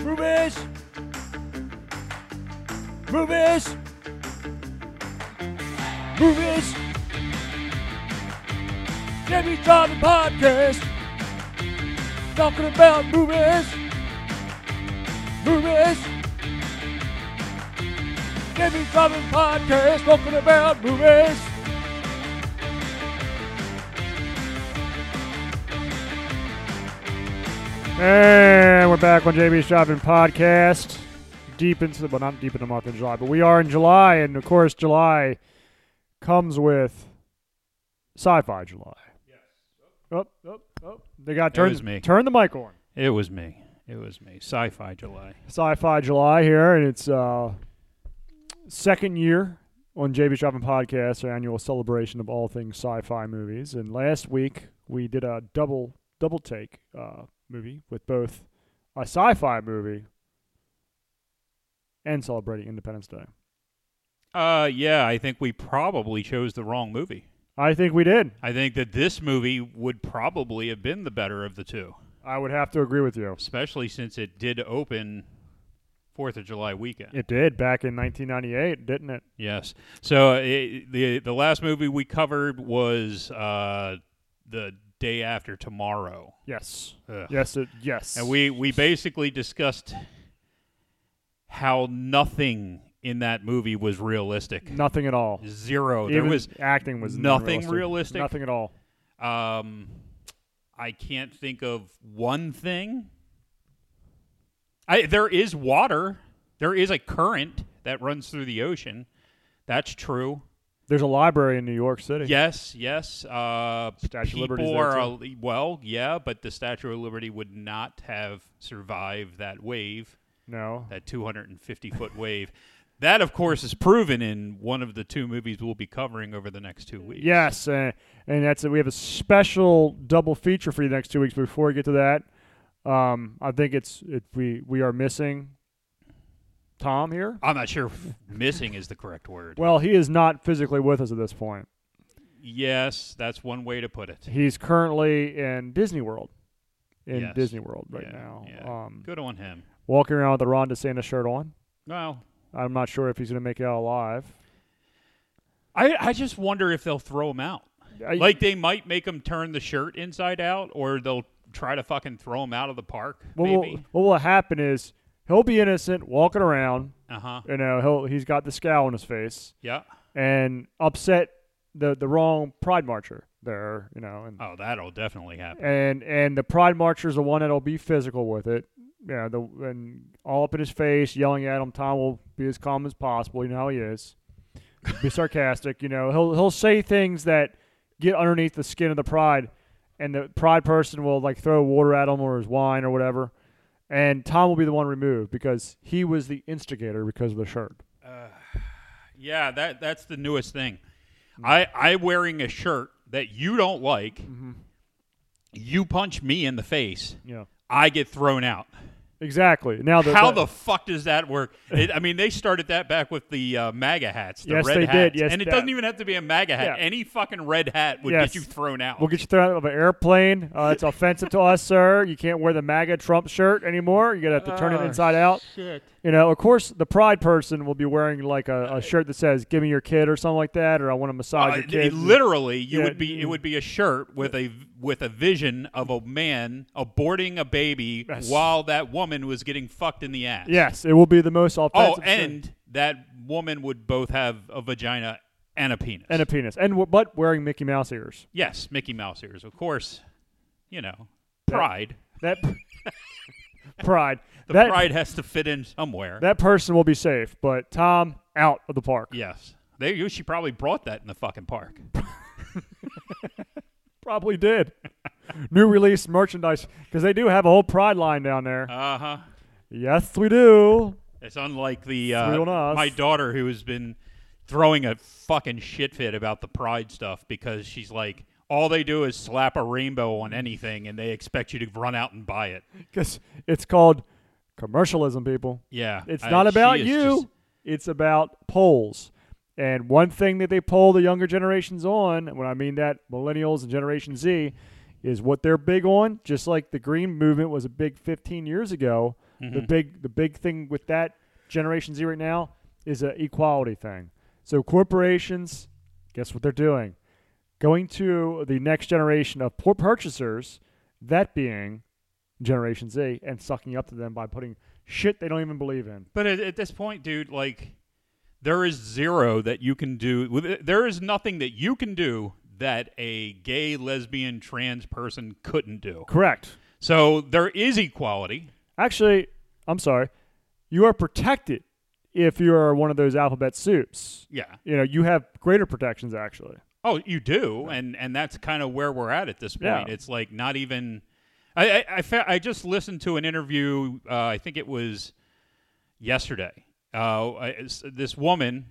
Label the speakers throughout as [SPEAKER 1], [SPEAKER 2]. [SPEAKER 1] Rubish! Rubish! Rubish! Jamie Johnson Podcast! Talking about movies! Movies! Jamie Johnson Podcast! Talking about movies! And we're back on JB Shopping Podcast. Deep into the, well, not deep in the month of July, but we are in July, and of course, July comes with Sci-Fi July. Yes. Up, up, up. They got
[SPEAKER 2] It
[SPEAKER 1] turn
[SPEAKER 2] was me.
[SPEAKER 1] turn the mic on.
[SPEAKER 2] It was me. It was me. Sci-fi July.
[SPEAKER 1] Sci-Fi July here, and it's uh second year on JB Shopping Podcast, our annual celebration of all things sci-fi movies. And last week we did a double double take uh, movie with both a sci-fi movie and celebrating Independence Day.
[SPEAKER 2] Uh, yeah, I think we probably chose the wrong movie.
[SPEAKER 1] I think we did.
[SPEAKER 2] I think that this movie would probably have been the better of the two,
[SPEAKER 1] I would have to agree with you.
[SPEAKER 2] especially since it did open Fourth of July weekend.
[SPEAKER 1] It did back in 1998, didn't it?
[SPEAKER 2] Yes. So it, the the last movie we covered was uh, the day after tomorrow.
[SPEAKER 1] Yes.
[SPEAKER 2] Ugh.
[SPEAKER 1] Yes. It, yes.
[SPEAKER 2] And we, we basically discussed how nothing in that movie was realistic.
[SPEAKER 1] nothing at all.
[SPEAKER 2] Zero. There
[SPEAKER 1] Even
[SPEAKER 2] was
[SPEAKER 1] acting was
[SPEAKER 2] nothing
[SPEAKER 1] unrealistic.
[SPEAKER 2] realistic.
[SPEAKER 1] Nothing at all.
[SPEAKER 2] um I can't think of one thing. I there is water. There is a current that runs through the ocean. That's true.
[SPEAKER 1] There's a library in New York City.
[SPEAKER 2] Yes, yes. Uh,
[SPEAKER 1] Statue of
[SPEAKER 2] people
[SPEAKER 1] Liberty's there,
[SPEAKER 2] are al- well, yeah, but the Statue of Liberty would not have survived that wave,
[SPEAKER 1] No.
[SPEAKER 2] that 250 foot wave. That, of course, is proven in one of the two movies we'll be covering over the next two weeks.
[SPEAKER 1] Yes, and, and that's it. We have a special double feature for you the next two weeks. But before we get to that, um, I think it's it, we we are missing Tom here.
[SPEAKER 2] I'm not sure if missing is the correct word.
[SPEAKER 1] Well, he is not physically with us at this point.
[SPEAKER 2] Yes, that's one way to put it.
[SPEAKER 1] He's currently in Disney World, in
[SPEAKER 2] Yes.
[SPEAKER 1] Disney World right
[SPEAKER 2] Yeah,
[SPEAKER 1] now.
[SPEAKER 2] yeah.
[SPEAKER 1] Um,
[SPEAKER 2] Good on him.
[SPEAKER 1] walking around with a Ron DeSantis shirt on.
[SPEAKER 2] Well,
[SPEAKER 1] I'm not sure if he's going to make it out alive.
[SPEAKER 2] I, I just wonder if they'll throw him out.
[SPEAKER 1] I-
[SPEAKER 2] Like, they might make him turn the shirt inside out, or they'll try to fucking throw him out of the park.
[SPEAKER 1] what
[SPEAKER 2] maybe.
[SPEAKER 1] will, what will happen is he'll be innocent, walking around.
[SPEAKER 2] Uh huh.
[SPEAKER 1] You know, he'll he's got the scowl on his face.
[SPEAKER 2] Yeah.
[SPEAKER 1] and upset the the wrong pride marcher there, you know, and
[SPEAKER 2] Oh, that'll definitely happen.
[SPEAKER 1] and and the pride marcher's the one that'll be physical with it, you know, the and all up in his face, yelling at him. Tom will be as calm as possible. You know how he is. Be sarcastic, you know. He'll he'll say things that get underneath the skin of the pride, and the pride person will like throw water at him or his wine or whatever, and Tom will be the one removed because he was the instigator because of the shirt.
[SPEAKER 2] Yeah, that that's the newest thing. I I wearing a shirt that you don't like. You punch me in the face,
[SPEAKER 1] Yeah,
[SPEAKER 2] I get thrown out.
[SPEAKER 1] exactly. Now the,
[SPEAKER 2] How the fuck does that work? It, I mean, they started that back with the uh, MAGA hats, the
[SPEAKER 1] Yes,
[SPEAKER 2] red
[SPEAKER 1] they
[SPEAKER 2] hats,
[SPEAKER 1] did. Yes,
[SPEAKER 2] and it
[SPEAKER 1] that-
[SPEAKER 2] doesn't even have to be a MAGA hat.
[SPEAKER 1] Yeah.
[SPEAKER 2] Any fucking red hat would
[SPEAKER 1] Yes.
[SPEAKER 2] get you thrown out.
[SPEAKER 1] We'll get you thrown out of an airplane. Uh, it's offensive to us, sir. You can't wear the MAGA Trump shirt anymore. You're gonna have to turn it
[SPEAKER 2] Oh,
[SPEAKER 1] inside out.
[SPEAKER 2] Shit.
[SPEAKER 1] You know, of course, the pride person will be wearing like a, a shirt that says "Give me your kid" or something like that, or "I want to massage
[SPEAKER 2] Uh,
[SPEAKER 1] your kid."
[SPEAKER 2] it- literally, you
[SPEAKER 1] Yeah,
[SPEAKER 2] would be. It
[SPEAKER 1] mm.
[SPEAKER 2] would be a shirt with a with a vision of a man aborting a baby
[SPEAKER 1] Yes.
[SPEAKER 2] while that woman was getting fucked in the ass.
[SPEAKER 1] yes, it will be the most
[SPEAKER 2] Oh,
[SPEAKER 1] offensive. shirt.
[SPEAKER 2] and that woman would both have a vagina and a penis.
[SPEAKER 1] and a penis, and w- but wearing Mickey Mouse ears.
[SPEAKER 2] yes, Mickey Mouse ears, of course. You know, pride.
[SPEAKER 1] That pride.
[SPEAKER 2] The
[SPEAKER 1] that
[SPEAKER 2] pride has to fit in somewhere.
[SPEAKER 1] that person will be safe, but Tom out of the park.
[SPEAKER 2] yes, they. you- She probably brought that in the fucking park.
[SPEAKER 1] Probably did. New release merchandise because they do have a whole pride line down there.
[SPEAKER 2] Uh huh.
[SPEAKER 1] yes, we do.
[SPEAKER 2] It's unlike the
[SPEAKER 1] Three on
[SPEAKER 2] uh,
[SPEAKER 1] us.
[SPEAKER 2] my daughter who has been throwing a fucking shit fit about the pride stuff because she's like, all they do is slap a rainbow on anything and they expect you to run out and buy it.
[SPEAKER 1] because it's called commercialism, people.
[SPEAKER 2] Yeah,
[SPEAKER 1] It's
[SPEAKER 2] I-
[SPEAKER 1] not
[SPEAKER 2] she
[SPEAKER 1] about
[SPEAKER 2] is
[SPEAKER 1] you.
[SPEAKER 2] just-
[SPEAKER 1] It's about polls. And one thing that they poll the younger generations on, and when I mean that, millennials and Generation Z, is what they're big on. Just like the green movement was a big 15 years ago, The
[SPEAKER 2] Mm-hmm.
[SPEAKER 1] big the big thing with that Generation Z right now is an equality thing. So corporations, guess what they're doing? Going to the next generation of poor purchasers, that being Generation Z, and sucking up to them by putting shit they don't even believe in.
[SPEAKER 2] But at, at this point, dude, like there is zero that you can do. with- There is nothing that you can do that a gay, lesbian, trans person couldn't do.
[SPEAKER 1] Correct.
[SPEAKER 2] So there is equality.
[SPEAKER 1] Actually, I'm sorry. You are protected if you are one of those alphabet soups.
[SPEAKER 2] Yeah.
[SPEAKER 1] You know, you have greater protections actually.
[SPEAKER 2] Oh, you do, and and that's kind of where we're at at this point.
[SPEAKER 1] Yeah.
[SPEAKER 2] It's like not even. I I I, fe- I just listened to an interview. Uh, I think it was yesterday. Uh, I- it's- this woman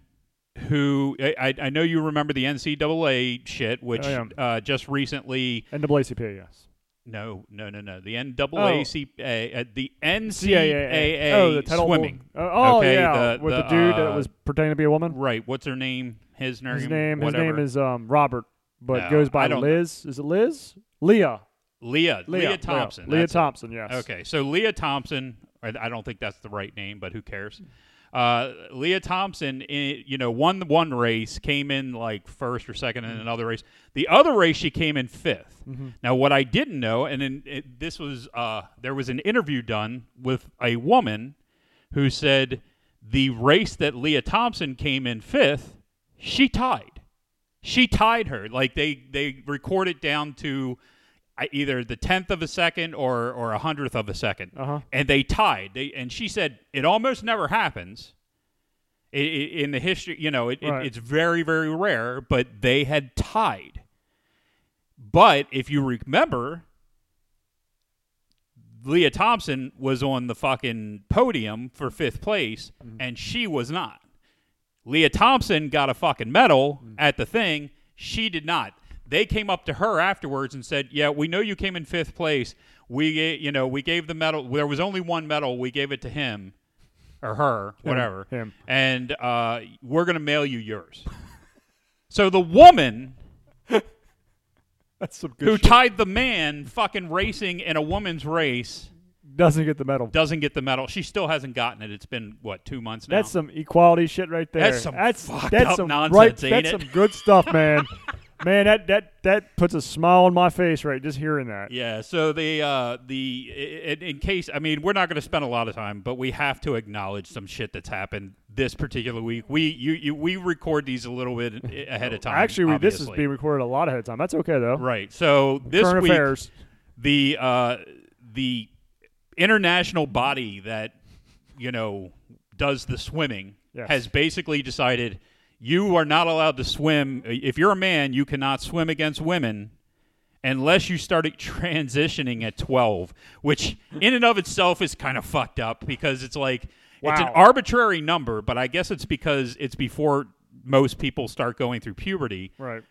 [SPEAKER 2] who I, I I know you remember the NCAA shit, which
[SPEAKER 1] Oh, yeah.
[SPEAKER 2] uh, just recently.
[SPEAKER 1] NAACP, yes.
[SPEAKER 2] No, no, no, no. The NAACP, uh, the NCAA
[SPEAKER 1] Oh, the title
[SPEAKER 2] swimming.
[SPEAKER 1] Oh, oh,
[SPEAKER 2] Okay,
[SPEAKER 1] yeah,
[SPEAKER 2] the-
[SPEAKER 1] with the,
[SPEAKER 2] the,
[SPEAKER 1] dude that
[SPEAKER 2] uh,
[SPEAKER 1] was pretending to be a woman.
[SPEAKER 2] Right. What's her name? His name.
[SPEAKER 1] His name, his
[SPEAKER 2] Whatever.
[SPEAKER 1] name is um, Robert, but
[SPEAKER 2] No,
[SPEAKER 1] goes
[SPEAKER 2] I
[SPEAKER 1] by
[SPEAKER 2] don't-
[SPEAKER 1] Liz. Is it Liz? Leah.
[SPEAKER 2] Leah.
[SPEAKER 1] Leah,
[SPEAKER 2] Leah, Thompson.
[SPEAKER 1] Leah,
[SPEAKER 2] that's it.
[SPEAKER 1] Thompson. Yes.
[SPEAKER 2] Okay, so Leah Thompson. I I don't think that's the right name, but who cares? Uh, Leah Thompson, i you know, won the one race, came in like first or second in another race. The other race, she came in 5th Now, what I didn't know, and then it, this was uh, there was an interview done with a woman who said the race that Leah Thompson came in fifth, she tied she tied her. Like they they record it down to uh, either the tenth of a second or or a hundredth of a 2nd
[SPEAKER 1] Uh-huh.
[SPEAKER 2] and they tied. They and she said it almost never happens. I i in the history, you know, it, it-
[SPEAKER 1] Right.
[SPEAKER 2] it's very very rare. But they had tied. But if you remember, Leah Thompson was on the fucking podium for fifth place,
[SPEAKER 1] Mm-hmm.
[SPEAKER 2] and she was not. Leah Thompson got a fucking medal
[SPEAKER 1] Mm.
[SPEAKER 2] at the thing. She did not. They came up to her afterwards and said, "Yeah, we know you came in fifth place. We, ga- you know, we gave the medal. There was only one medal. We gave it to him, or her, whatever.
[SPEAKER 1] him.
[SPEAKER 2] And uh, we're gonna mail you yours." so the woman
[SPEAKER 1] That's some good.
[SPEAKER 2] who
[SPEAKER 1] shit.
[SPEAKER 2] tied the man fucking racing in a woman's race
[SPEAKER 1] Doesn't get the medal.
[SPEAKER 2] doesn't get the medal. She still hasn't gotten it. It's been what two months now.
[SPEAKER 1] That's some equality shit right there.
[SPEAKER 2] That's some
[SPEAKER 1] that's,
[SPEAKER 2] fucked
[SPEAKER 1] that's
[SPEAKER 2] up
[SPEAKER 1] some
[SPEAKER 2] nonsense,
[SPEAKER 1] right,
[SPEAKER 2] ain't
[SPEAKER 1] That's
[SPEAKER 2] it?
[SPEAKER 1] some good stuff, man. man, that that that puts a smile on my face right just hearing that.
[SPEAKER 2] yeah. So the uh, the in, in case I mean we're not going to spend a lot of time, but we have to acknowledge some shit that's happened this particular week. We you, you we record these a little bit ahead of time.
[SPEAKER 1] Actually, we, this is
[SPEAKER 2] obviously.
[SPEAKER 1] being recorded a lot ahead of time. That's okay though.
[SPEAKER 2] right. So this
[SPEAKER 1] Current
[SPEAKER 2] week,
[SPEAKER 1] affairs.
[SPEAKER 2] the uh, the international body that you know does the swimming
[SPEAKER 1] Yes.
[SPEAKER 2] has basically decided you are not allowed to swim if you're a man you cannot swim against women unless you started transitioning at 12 which in and of itself is kind of fucked up because it's like it's an
[SPEAKER 1] Wow.
[SPEAKER 2] arbitrary number but i guess it's because it's before most people start going through puberty
[SPEAKER 1] Right.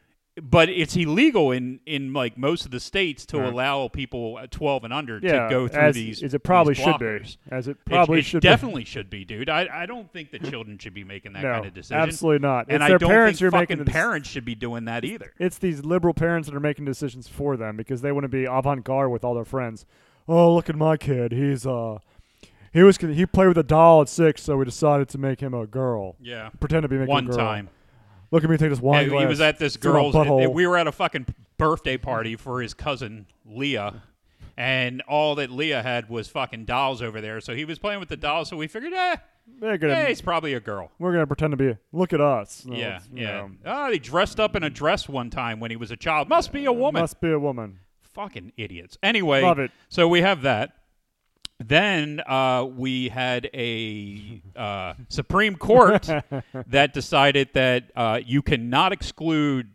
[SPEAKER 2] but it's illegal in in like most of the states to
[SPEAKER 1] Right.
[SPEAKER 2] allow people at 12 and under
[SPEAKER 1] Yeah.
[SPEAKER 2] to go through
[SPEAKER 1] as,
[SPEAKER 2] these
[SPEAKER 1] as it probably
[SPEAKER 2] these
[SPEAKER 1] should
[SPEAKER 2] blockers.
[SPEAKER 1] be. As it
[SPEAKER 2] It-
[SPEAKER 1] probably
[SPEAKER 2] it
[SPEAKER 1] should be.
[SPEAKER 2] definitely should be dude I, I don't think that children should be making that
[SPEAKER 1] no,
[SPEAKER 2] kind of decision
[SPEAKER 1] Absolutely not.
[SPEAKER 2] and
[SPEAKER 1] it's
[SPEAKER 2] i
[SPEAKER 1] their
[SPEAKER 2] don't
[SPEAKER 1] parents
[SPEAKER 2] think
[SPEAKER 1] who are
[SPEAKER 2] fucking
[SPEAKER 1] making the dec-
[SPEAKER 2] parents should be doing that either
[SPEAKER 1] It's these liberal parents that are making decisions for them because they want to be avant-garde with all their friends. Oh, look at my kid. He's uh, he was con- he played with a doll at six, so we decided to make him a girl.
[SPEAKER 2] yeah
[SPEAKER 1] Pretend to be making
[SPEAKER 2] one
[SPEAKER 1] a girl.
[SPEAKER 2] time
[SPEAKER 1] Look at me take this wine
[SPEAKER 2] And
[SPEAKER 1] glass.
[SPEAKER 2] he was at this
[SPEAKER 1] through my
[SPEAKER 2] girl's
[SPEAKER 1] butthole.
[SPEAKER 2] we were at a fucking birthday party for his cousin leah and all that leah had was fucking dolls over there so he was playing with the dolls so we figured eh,
[SPEAKER 1] They're gonna,
[SPEAKER 2] hey it's probably a girl
[SPEAKER 1] We're gonna pretend to be. Look at us. No,
[SPEAKER 2] Yeah,
[SPEAKER 1] it's- you
[SPEAKER 2] yeah.
[SPEAKER 1] know,
[SPEAKER 2] Oh, he dressed up in a dress one time when he was a child. Must be a woman.
[SPEAKER 1] Must be a woman.
[SPEAKER 2] Fucking idiots. Anyway,
[SPEAKER 1] Love it.
[SPEAKER 2] so we have that. Then uh, we had a uh, Supreme Court that decided that uh, you cannot exclude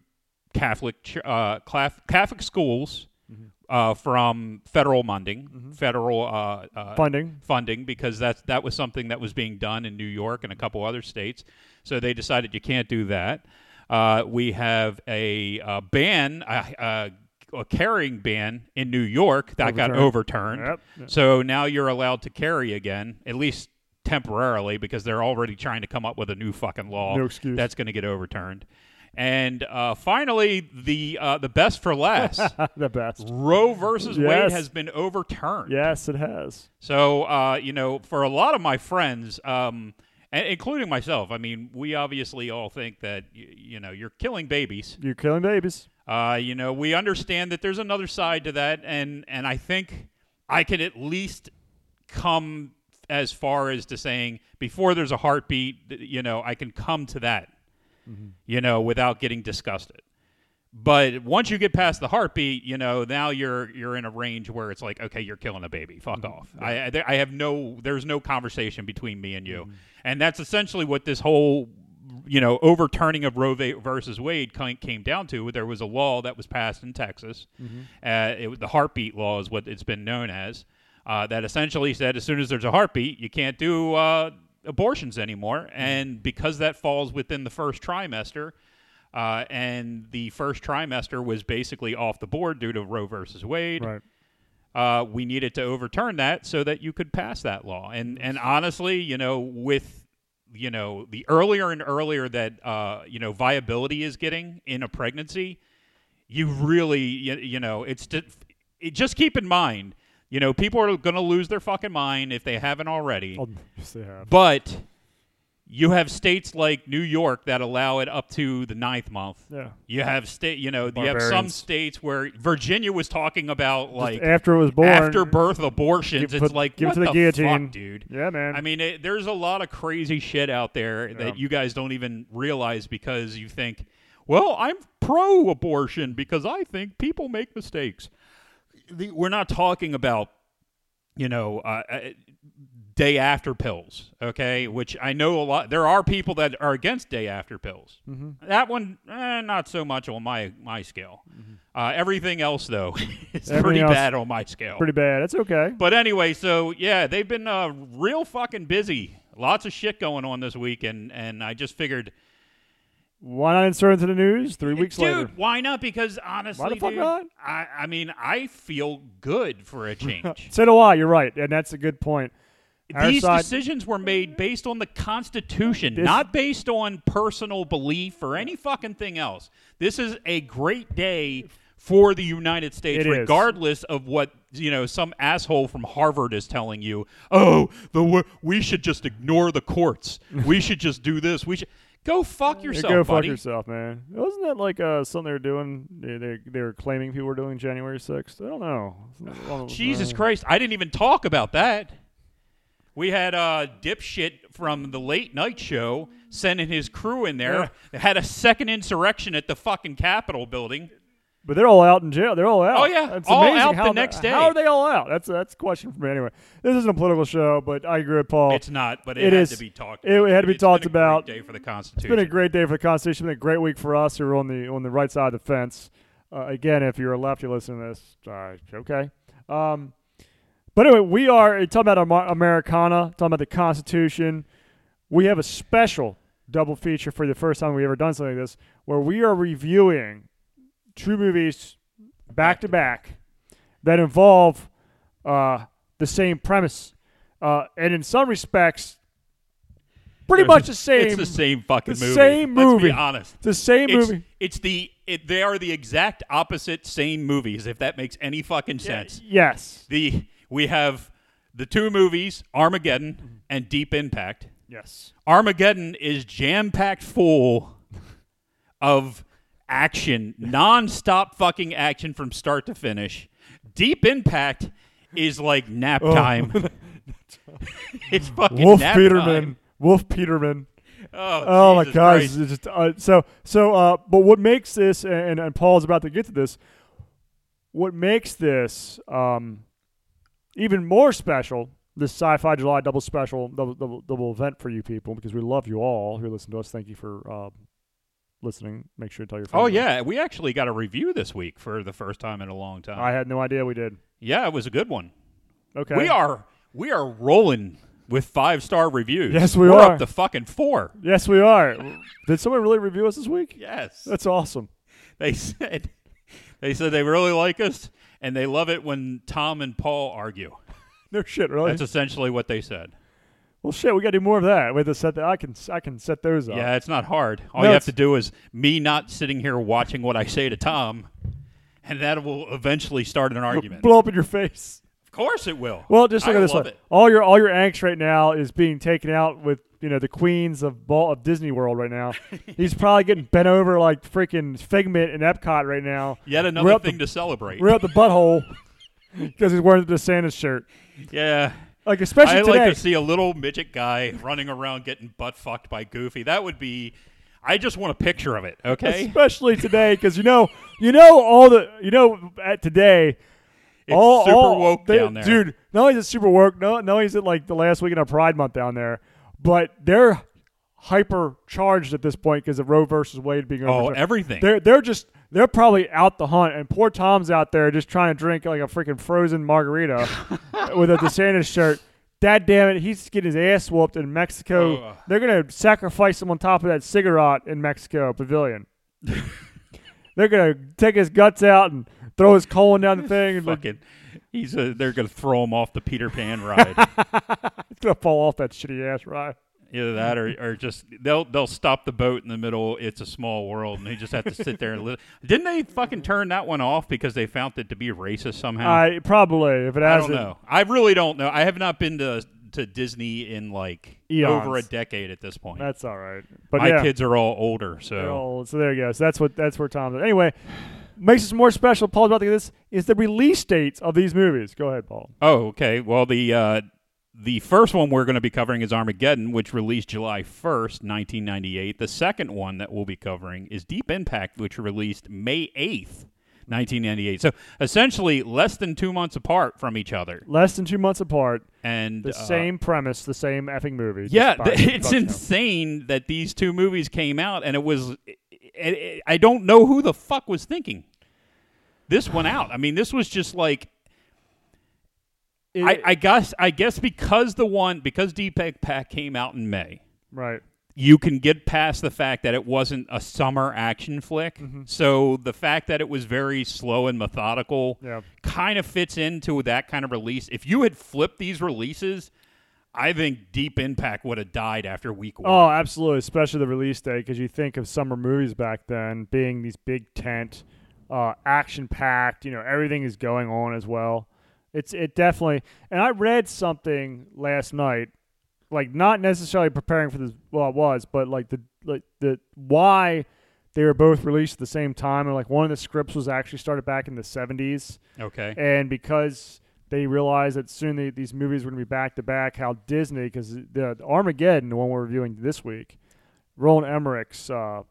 [SPEAKER 2] Catholic ch- uh, claf- Catholic schools
[SPEAKER 1] Mm-hmm.
[SPEAKER 2] uh, from federal funding, federal uh, uh,
[SPEAKER 1] Funding.
[SPEAKER 2] funding because that's that was something that was being done in New York and a couple other states. So they decided you can't do that. Uh, we have a uh, ban, a, a, a carrying ban in New York that got overturned.
[SPEAKER 1] Yep.
[SPEAKER 2] So now you're allowed to carry again, at least temporarily, because they're already trying to come up with a new fucking law
[SPEAKER 1] No excuse.
[SPEAKER 2] that's going to get overturned. And uh, finally, the uh, the best for less.
[SPEAKER 1] the best.
[SPEAKER 2] Roe versus Wade
[SPEAKER 1] Yes.
[SPEAKER 2] has been overturned.
[SPEAKER 1] Yes, it has.
[SPEAKER 2] So, uh, you know, for a lot of my friends, um, and including myself, I mean, we obviously all think that, y- you know, you're killing babies.
[SPEAKER 1] You're killing babies.
[SPEAKER 2] Uh, you know, we understand that there's another side to that, and and I think I could at least come as far as to saying before there's a heartbeat, th- you know, I can come to that, you know, without getting disgusted. But once you get past the heartbeat, you know, now you're you're in a range where it's like, okay, you're killing a baby. Fuck off. I I, there, I have no, there's no conversation between me and you, and that's essentially what this whole you know overturning of Roe v- versus Wade kind came down to. There was a law that was passed in Texas. Uh, it, was- the heartbeat law is what it's been known as. Uh, that essentially said, as soon as there's a heartbeat, you can't do uh, abortions anymore. And because that falls within the first trimester, uh, and the first trimester was basically off the board due to Roe versus Wade
[SPEAKER 1] Right.
[SPEAKER 2] uh, we needed to overturn that so that you could pass that law. And and honestly, you know, with you know the earlier and earlier that uh, you know viability is getting in a pregnancy, you really you, you know it's to, it, just keep in mind, you know, people are going to lose their fucking mind if they haven't already.
[SPEAKER 1] Oh, yes, they have.
[SPEAKER 2] But you have states like New York that allow it up to the ninth month.
[SPEAKER 1] Yeah.
[SPEAKER 2] You have state, you know, you have some
[SPEAKER 1] Barbarians.
[SPEAKER 2] states where Virginia was talking about like
[SPEAKER 1] after it was born.
[SPEAKER 2] after birth abortions.
[SPEAKER 1] give-
[SPEAKER 2] it's
[SPEAKER 1] put-
[SPEAKER 2] like
[SPEAKER 1] give it
[SPEAKER 2] what
[SPEAKER 1] to the
[SPEAKER 2] the
[SPEAKER 1] guillotine.
[SPEAKER 2] fuck, dude.
[SPEAKER 1] Yeah, man.
[SPEAKER 2] I mean, it, there's a lot of crazy shit out there
[SPEAKER 1] Yeah.
[SPEAKER 2] that you guys don't even realize because you think, well, I'm pro-abortion because I think people make mistakes. The, we're not talking about, you know, uh, uh, day after pills, okay? Which I know a lot. There are people that are against day after pills.
[SPEAKER 1] Mm-hmm.
[SPEAKER 2] That one, eh, not so much on my my scale. Uh, everything else, though, is
[SPEAKER 1] Mm-hmm. Everything
[SPEAKER 2] pretty
[SPEAKER 1] else-
[SPEAKER 2] bad on my scale.
[SPEAKER 1] pretty bad. It's okay.
[SPEAKER 2] But anyway, so yeah, they've been uh, real fucking busy. Lots of shit going on this week, and, and I just figured,
[SPEAKER 1] Why not insert into the news three weeks
[SPEAKER 2] dude,
[SPEAKER 1] later?
[SPEAKER 2] why not? Because honestly,
[SPEAKER 1] fuck
[SPEAKER 2] dude,
[SPEAKER 1] not?
[SPEAKER 2] I I mean, I feel good for a change.
[SPEAKER 1] So do I. You're right, and that's a good point. Our
[SPEAKER 2] These
[SPEAKER 1] side,
[SPEAKER 2] decisions were made based on the Constitution,
[SPEAKER 1] This-
[SPEAKER 2] not based on personal belief or any fucking thing else. This is a great day for the United States,
[SPEAKER 1] It is.
[SPEAKER 2] regardless of what you know some asshole from Harvard is telling you. Oh, the wo- we should just ignore the courts. we should just do this. We should go fuck
[SPEAKER 1] Yeah,
[SPEAKER 2] yourself,
[SPEAKER 1] go fuck
[SPEAKER 2] buddy.
[SPEAKER 1] yourself, man. Wasn't that like uh, something they were doing? They, they, they were claiming people were doing January 6th. I don't know. Something along those
[SPEAKER 2] Jesus
[SPEAKER 1] lines.
[SPEAKER 2] Christ! I didn't even talk about that. We had uh, dipshit from the late night show sending his crew in there. Had a second insurrection at the fucking Capitol building.
[SPEAKER 1] But they're all out in jail. They're all out.
[SPEAKER 2] Oh, yeah.
[SPEAKER 1] it's
[SPEAKER 2] All
[SPEAKER 1] amazing
[SPEAKER 2] out
[SPEAKER 1] how
[SPEAKER 2] the
[SPEAKER 1] the-
[SPEAKER 2] next day.
[SPEAKER 1] How are they all out? That's that's a question for me anyway. This isn't a political show, but I agree with Paul.
[SPEAKER 2] It's not, but it,
[SPEAKER 1] Oh, It
[SPEAKER 2] had
[SPEAKER 1] is-
[SPEAKER 2] to be talked.
[SPEAKER 1] it had to be
[SPEAKER 2] It's been
[SPEAKER 1] talked
[SPEAKER 2] a
[SPEAKER 1] about.
[SPEAKER 2] Great day for the
[SPEAKER 1] It's
[SPEAKER 2] Constitution.
[SPEAKER 1] been a great day for the Constitution. Been a great week for us who are on the on the right side of the fence. Uh, again, if you're a left, you listen to this. Uh, okay. Um, but anyway, we are uh, talking about Amer- Americana, talking about the Constitution. We have a special double feature for the first time we've ever done something like this, where we are reviewing two movies back to back that involve uh, the same premise, uh, and in some respects, pretty
[SPEAKER 2] It's
[SPEAKER 1] much
[SPEAKER 2] the-
[SPEAKER 1] the same.
[SPEAKER 2] It's the same fucking
[SPEAKER 1] the
[SPEAKER 2] movie.
[SPEAKER 1] same
[SPEAKER 2] Let's be
[SPEAKER 1] movie.
[SPEAKER 2] honest.
[SPEAKER 1] It's the same
[SPEAKER 2] It's,
[SPEAKER 1] movie.
[SPEAKER 2] it's the it, they are the exact opposite same movies. If that makes any fucking sense.
[SPEAKER 1] Yes.
[SPEAKER 2] The we have the two movies
[SPEAKER 1] Mm-hmm.
[SPEAKER 2] Armageddon and Deep Impact.
[SPEAKER 1] Yes.
[SPEAKER 2] Armageddon is jam packed full of action, non-stop fucking action from start to finish. Deep Impact is like nap time. it's fucking
[SPEAKER 1] Oh. Wolf
[SPEAKER 2] nap
[SPEAKER 1] Peterman.
[SPEAKER 2] time.
[SPEAKER 1] Wolf Peterman.
[SPEAKER 2] Oh,
[SPEAKER 1] Oh my
[SPEAKER 2] Jesus
[SPEAKER 1] God!
[SPEAKER 2] Christ.
[SPEAKER 1] It's just, uh, so so. Uh, but what makes this, and, and Paul's about to get to this, what makes this um, even more special, this Sci-Fi July double special, double, double double event for you people, because we love you all who listen to us. Thank you for uh, listening. Make sure to tell your friends.
[SPEAKER 2] Oh yeah, we actually got a review this week for the first time in a long time.
[SPEAKER 1] I had no idea we did.
[SPEAKER 2] yeah, it was a good one.
[SPEAKER 1] Okay,
[SPEAKER 2] We are we are rolling with five star reviews.
[SPEAKER 1] Yes, we
[SPEAKER 2] We're
[SPEAKER 1] are.
[SPEAKER 2] up to fucking four.
[SPEAKER 1] Yes, we are. did someone really review us this week?
[SPEAKER 2] Yes,
[SPEAKER 1] That's awesome.
[SPEAKER 2] they said they said they really like us and they love it when Tom and Paul argue.
[SPEAKER 1] Oh, No shit, really.
[SPEAKER 2] That's essentially what they said.
[SPEAKER 1] Well, shit, we got to do more of that. We have to set that. I can I can set those up.
[SPEAKER 2] Yeah, it's not hard.
[SPEAKER 1] Oh.
[SPEAKER 2] All
[SPEAKER 1] No,
[SPEAKER 2] you have
[SPEAKER 1] it's-
[SPEAKER 2] to do is me not sitting here watching what I say to Tom, and that will eventually start an argument.
[SPEAKER 1] blow up in your face.
[SPEAKER 2] of course, it will.
[SPEAKER 1] Well, just look
[SPEAKER 2] I
[SPEAKER 1] at this
[SPEAKER 2] love
[SPEAKER 1] one.
[SPEAKER 2] it.
[SPEAKER 1] All your all your angst right now is being taken out with you know the queens of ball of Disney World right now. He's probably getting bent over like freaking Figment in Epcot right now.
[SPEAKER 2] Yet
[SPEAKER 1] We're
[SPEAKER 2] another
[SPEAKER 1] up
[SPEAKER 2] thing
[SPEAKER 1] the,
[SPEAKER 2] to celebrate.
[SPEAKER 1] we're out the butthole because he's wearing the Santa shirt.
[SPEAKER 2] yeah.
[SPEAKER 1] Like especially
[SPEAKER 2] I'd
[SPEAKER 1] today.
[SPEAKER 2] like to see a little midget guy running around getting butt fucked by Goofy. That would be. I just want a picture of it, okay?
[SPEAKER 1] especially today because you know you know all the you know at today
[SPEAKER 2] It's
[SPEAKER 1] all,
[SPEAKER 2] super
[SPEAKER 1] all-
[SPEAKER 2] woke
[SPEAKER 1] Oh, they-
[SPEAKER 2] down there.
[SPEAKER 1] dude not only is it super woke no not only is it like the last weekend of pride month down there but they're hyper charged at this point because of roe versus wade being
[SPEAKER 2] Oh,
[SPEAKER 1] overturned.
[SPEAKER 2] everything.
[SPEAKER 1] they're they're just they're probably out the hunt and poor tom's out there just trying to drink like a freaking frozen margarita with a DeSantis shirt Dad damn it, he's getting his ass whooped in Mexico.
[SPEAKER 2] Ugh.
[SPEAKER 1] They're gonna sacrifice him on top of that cigarette in Mexico Pavilion. They're gonna take his guts out and throw his colon down the thing, and like,
[SPEAKER 2] Fucking, he's a, they're gonna throw him off the Peter Pan ride.
[SPEAKER 1] it's gonna fall off that shitty ass ride.
[SPEAKER 2] Either that, or, or just they'll they'll stop the boat in the middle. It's a small world, and they just have to sit there and listen. Didn't they fucking turn that one off because they found it to be racist somehow?
[SPEAKER 1] I probably if it
[SPEAKER 2] Hmm. I
[SPEAKER 1] hasn't,
[SPEAKER 2] don't know. I really don't know. I have not been to to Disney in like
[SPEAKER 1] Eons.
[SPEAKER 2] over a decade at this point.
[SPEAKER 1] that's all right. But
[SPEAKER 2] My
[SPEAKER 1] yeah,
[SPEAKER 2] kids are all older, so
[SPEAKER 1] they're old, so there you go. So that's what that's where Tom's. At. Anyway, makes us more special. Paul's about to get this is the release dates of these movies. Go ahead, Paul.
[SPEAKER 2] Oh, okay. Well, the uh, the first one we're going to be covering is Armageddon, which released July first, nineteen ninety eight. The second one that we'll be covering is Deep Impact, which released May eighth, nineteen ninety eight. So essentially, less than two months apart from each other,
[SPEAKER 1] Less than two months apart,
[SPEAKER 2] and
[SPEAKER 1] the
[SPEAKER 2] uh,
[SPEAKER 1] same premise, the same effing movie. just
[SPEAKER 2] Yeah,
[SPEAKER 1] by
[SPEAKER 2] th-
[SPEAKER 1] different
[SPEAKER 2] it's
[SPEAKER 1] fucks now.
[SPEAKER 2] insane that these two movies came out, and it was. i i I don't know who the fuck was thinking this one out. I mean, this was just like
[SPEAKER 1] It-
[SPEAKER 2] I, I guess I guess because the one because Deepak Pack came out in May,
[SPEAKER 1] right.
[SPEAKER 2] you can get past the fact that it wasn't a summer action flick. So the fact that it was very slow and methodical
[SPEAKER 1] Yeah.
[SPEAKER 2] kind of fits into that kind of release. If you had flipped these releases, I think Deep Impact would have died after week one.
[SPEAKER 1] Oh, absolutely, especially the release date because you think of summer movies back then being these big tent, uh, action packed. You know, everything is going on as well. It's it definitely. And I read something last night, like not necessarily preparing for this. Well, it was, but like the like the why they were both released at the same time, and like one of the scripts was actually started back in the seventies.
[SPEAKER 2] okay.
[SPEAKER 1] and because they realized that soon they, these movies were going to be back to back, how Disney, because the, the Armageddon, the one we're reviewing this week, Roland Emmerich's, uh,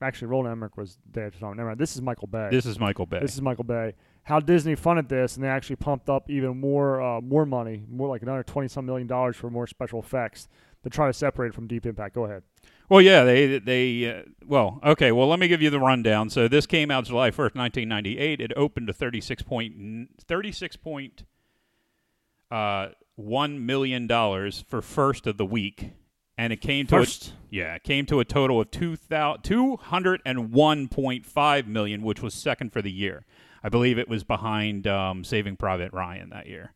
[SPEAKER 1] actually Roland Emmerich was Day After Tomorrow. Never mind. This is Michael Bay.
[SPEAKER 2] This is Michael Bay.
[SPEAKER 1] This is Michael Bay. How Disney funded this, and they actually pumped up even more, uh, more money, more like another twenty some million dollars for more special effects to try to separate it from Deep Impact. Go ahead.
[SPEAKER 2] Well, yeah, they they uh, well, okay. Well, let me give you the rundown. So this came out July first, nineteen ninety eight. It opened to thirty six point thirty six point uh, one million dollars for first of the week, and it came to
[SPEAKER 1] First.
[SPEAKER 2] A, yeah, it came to a total of two thousand two hundred and one point five million, which was second for the year. I believe it was behind um, Saving Private Ryan that year.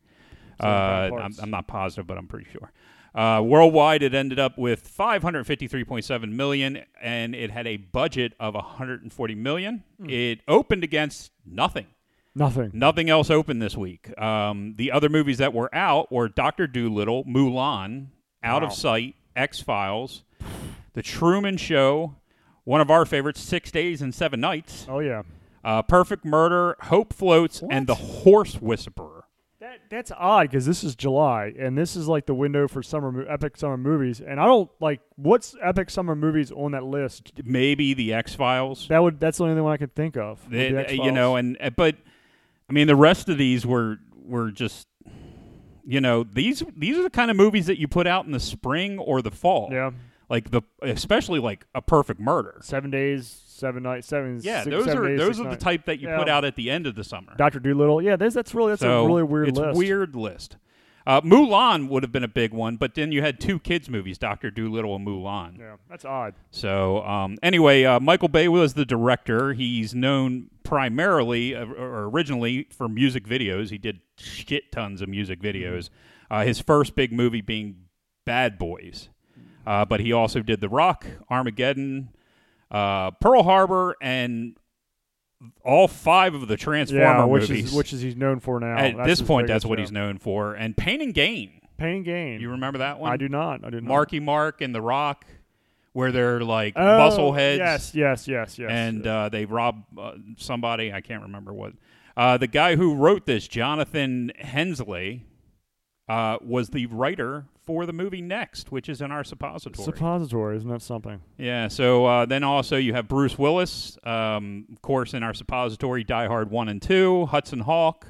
[SPEAKER 2] Uh,
[SPEAKER 1] Private
[SPEAKER 2] I'm,
[SPEAKER 1] Parts.
[SPEAKER 2] I'm not positive, but I'm pretty sure. Uh, worldwide, it ended up with 553.7 million, and it had a budget of 140 million.
[SPEAKER 1] Hmm.
[SPEAKER 2] It opened against nothing.
[SPEAKER 1] Nothing.
[SPEAKER 2] Nothing else opened this week. Um, the other movies that were out were Doctor Doolittle, Mulan, Out
[SPEAKER 1] Wow.
[SPEAKER 2] of Sight, X Files, The Truman Show, one of our favorites, Six Days and Seven Nights,
[SPEAKER 1] Oh yeah.
[SPEAKER 2] uh, Perfect Murder, Hope Floats, and The Horse Whisperer.
[SPEAKER 1] That that's odd because this is July and this is like the window for summer mo- epic summer movies and I don't like what's epic summer movies on that list.
[SPEAKER 2] Maybe The X Files.
[SPEAKER 1] That would that's the only one I could think of. would be
[SPEAKER 2] They- they- you
[SPEAKER 1] X-Files.
[SPEAKER 2] know and uh, but i mean the rest of these were were just you know these these are the kind of movies that you put out in the spring or the fall
[SPEAKER 1] yeah,
[SPEAKER 2] like the especially like a perfect murder
[SPEAKER 1] seven days, seven nights, seven.
[SPEAKER 2] yeah
[SPEAKER 1] six-
[SPEAKER 2] those
[SPEAKER 1] seven
[SPEAKER 2] are
[SPEAKER 1] days,
[SPEAKER 2] those
[SPEAKER 1] six
[SPEAKER 2] are the
[SPEAKER 1] nights.
[SPEAKER 2] type that you
[SPEAKER 1] Yeah.
[SPEAKER 2] put out at the end of the summer
[SPEAKER 1] Doctor Doolittle. Yeah, there's, that's really that's
[SPEAKER 2] so
[SPEAKER 1] a really weird
[SPEAKER 2] it's
[SPEAKER 1] list.
[SPEAKER 2] weird list uh, Mulan would have been a big one, but then you had two kids' movies, Doctor Doolittle and Mulan.
[SPEAKER 1] Yeah, that's odd.
[SPEAKER 2] So um, anyway, uh, Michael Bay was the director. He's known
[SPEAKER 1] Mm-hmm.
[SPEAKER 2] primarily uh, or originally for music videos. He did shit tons of music videos. Uh, his first big movie being Bad Boys, uh, but he also did The Rock, Armageddon, uh, Pearl Harbor, and all five of the Transformer
[SPEAKER 1] yeah, which
[SPEAKER 2] movies.
[SPEAKER 1] is which is he's known for now.
[SPEAKER 2] At
[SPEAKER 1] That's
[SPEAKER 2] this
[SPEAKER 1] his
[SPEAKER 2] point, that's
[SPEAKER 1] biggest
[SPEAKER 2] what
[SPEAKER 1] now.
[SPEAKER 2] he's known for. And Pain and Gain.
[SPEAKER 1] Pain and gain.
[SPEAKER 2] You remember that one?
[SPEAKER 1] I do not. I do not.
[SPEAKER 2] Marky Mark and The Rock, where they're like
[SPEAKER 1] oh,
[SPEAKER 2] muscle heads
[SPEAKER 1] Yes, yes, yes, yes.
[SPEAKER 2] and uh, they rob uh, somebody. I can't remember what. Uh, the guy who wrote this, Jonathan Hensley, uh, was the writer for the movie Next, which is in our suppository.
[SPEAKER 1] suppository, isn't that something?
[SPEAKER 2] yeah. So uh, then also you have Bruce Willis, um, of course, in our suppository, Die Hard one and two, Hudson Hawk,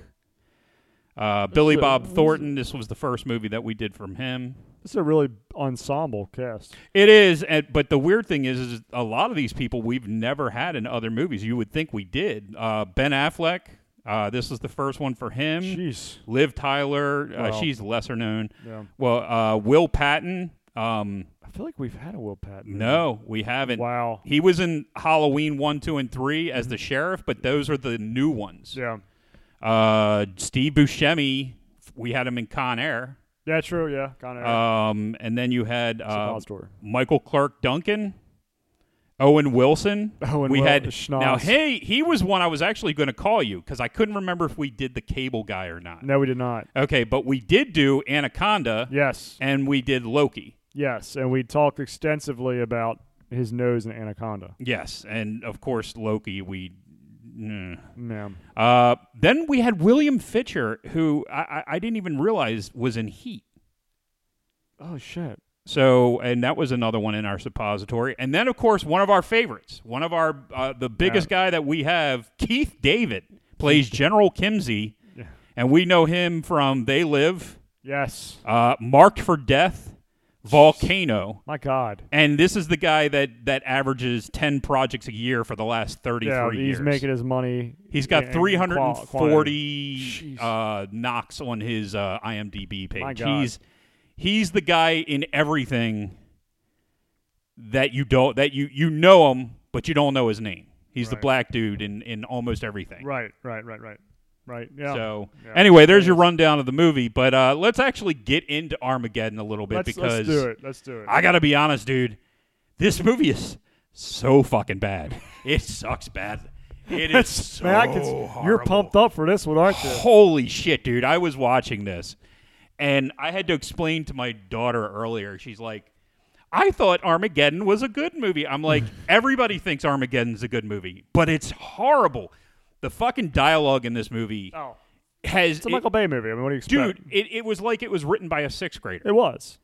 [SPEAKER 2] uh, Billy
[SPEAKER 1] a-
[SPEAKER 2] Bob
[SPEAKER 1] this is-
[SPEAKER 2] Thornton. This was the first movie that we did from him.
[SPEAKER 1] This is a really ensemble cast.
[SPEAKER 2] It is, and, but the weird thing is, is a lot of these people we've never had in other movies. You would think we did. Uh, ben Affleck, uh, this is the first one for him.
[SPEAKER 1] Jeez.
[SPEAKER 2] Liv Tyler, uh,
[SPEAKER 1] Wow.
[SPEAKER 2] she's lesser known.
[SPEAKER 1] Yeah.
[SPEAKER 2] Well, uh, Will Patton, um,
[SPEAKER 1] I feel like we've had a Will Patton.
[SPEAKER 2] no, we haven't.
[SPEAKER 1] Wow. Mm-hmm.
[SPEAKER 2] He was in Halloween one, two, and three as the sheriff, but those are the new ones.
[SPEAKER 1] Yeah.
[SPEAKER 2] Uh, Steve Buscemi, we had him in Con Air,
[SPEAKER 1] Yeah. True. Yeah. Kind of.
[SPEAKER 2] um, and then you had uh,
[SPEAKER 1] suppository.
[SPEAKER 2] Michael Clark Duncan, Owen Wilson.
[SPEAKER 1] Owen
[SPEAKER 2] we
[SPEAKER 1] Wil-
[SPEAKER 2] had
[SPEAKER 1] Schnoz.
[SPEAKER 2] now. Hey, he was one I was actually going to call you because I couldn't remember if we did the cable guy or not.
[SPEAKER 1] No, we did not.
[SPEAKER 2] Okay, but we did do Anaconda
[SPEAKER 1] Yes.
[SPEAKER 2] and we did Loki.
[SPEAKER 1] Yes. And we talked extensively about his nose and Anaconda.
[SPEAKER 2] Yes, and of course Loki. We. mm.
[SPEAKER 1] Yeah.
[SPEAKER 2] Uh, then we had William Fitcher, who I, I, I didn't even realize was in Heat.
[SPEAKER 1] Oh shit.
[SPEAKER 2] So, and that was another one in our suppository. And then, of course, one of our favorites, one of our uh, the biggest guy that we have, Keith David, plays General Kimsey,
[SPEAKER 1] Yeah.
[SPEAKER 2] and we know him from They Live,
[SPEAKER 1] Yes.
[SPEAKER 2] uh, Marked for Death, Volcano,
[SPEAKER 1] My God.
[SPEAKER 2] and this is the guy that that averages ten projects a year for the last thirty-three
[SPEAKER 1] Yeah. He's
[SPEAKER 2] years.
[SPEAKER 1] making his money.
[SPEAKER 2] He's got
[SPEAKER 1] in
[SPEAKER 2] three hundred and
[SPEAKER 1] qual- quantity.
[SPEAKER 2] forty
[SPEAKER 1] Jeez.
[SPEAKER 2] uh, knocks on his uh, IMDb page.
[SPEAKER 1] My God.
[SPEAKER 2] He's he's the guy in everything that you don't that you you know him, but you don't know his name. He's the
[SPEAKER 1] Right.
[SPEAKER 2] black dude in in almost everything.
[SPEAKER 1] Right. Right. Right. Right. Right. Yeah.
[SPEAKER 2] So
[SPEAKER 1] Yeah.
[SPEAKER 2] anyway, there's your rundown of the movie, but uh, let's actually get into Armageddon a little bit
[SPEAKER 1] let's, let's
[SPEAKER 2] because
[SPEAKER 1] do it. Let's do it.
[SPEAKER 2] I gotta be honest, dude. This movie is so fucking bad. It sucks bad. It is so
[SPEAKER 1] Man, I can s- you're
[SPEAKER 2] horrible.
[SPEAKER 1] pumped up for this one, aren't you?
[SPEAKER 2] Holy shit, dude. I was watching this and I had to explain to my daughter earlier. She's like, I thought Armageddon was a good movie. I'm like, everybody thinks Armageddon's a good movie, but it's horrible. The fucking dialogue in this movie
[SPEAKER 1] Oh,
[SPEAKER 2] has.
[SPEAKER 1] it's a
[SPEAKER 2] it-
[SPEAKER 1] Michael Bay movie. I mean, what do you expect?
[SPEAKER 2] dude, it, it was like it was written by a sixth grader.
[SPEAKER 1] it was.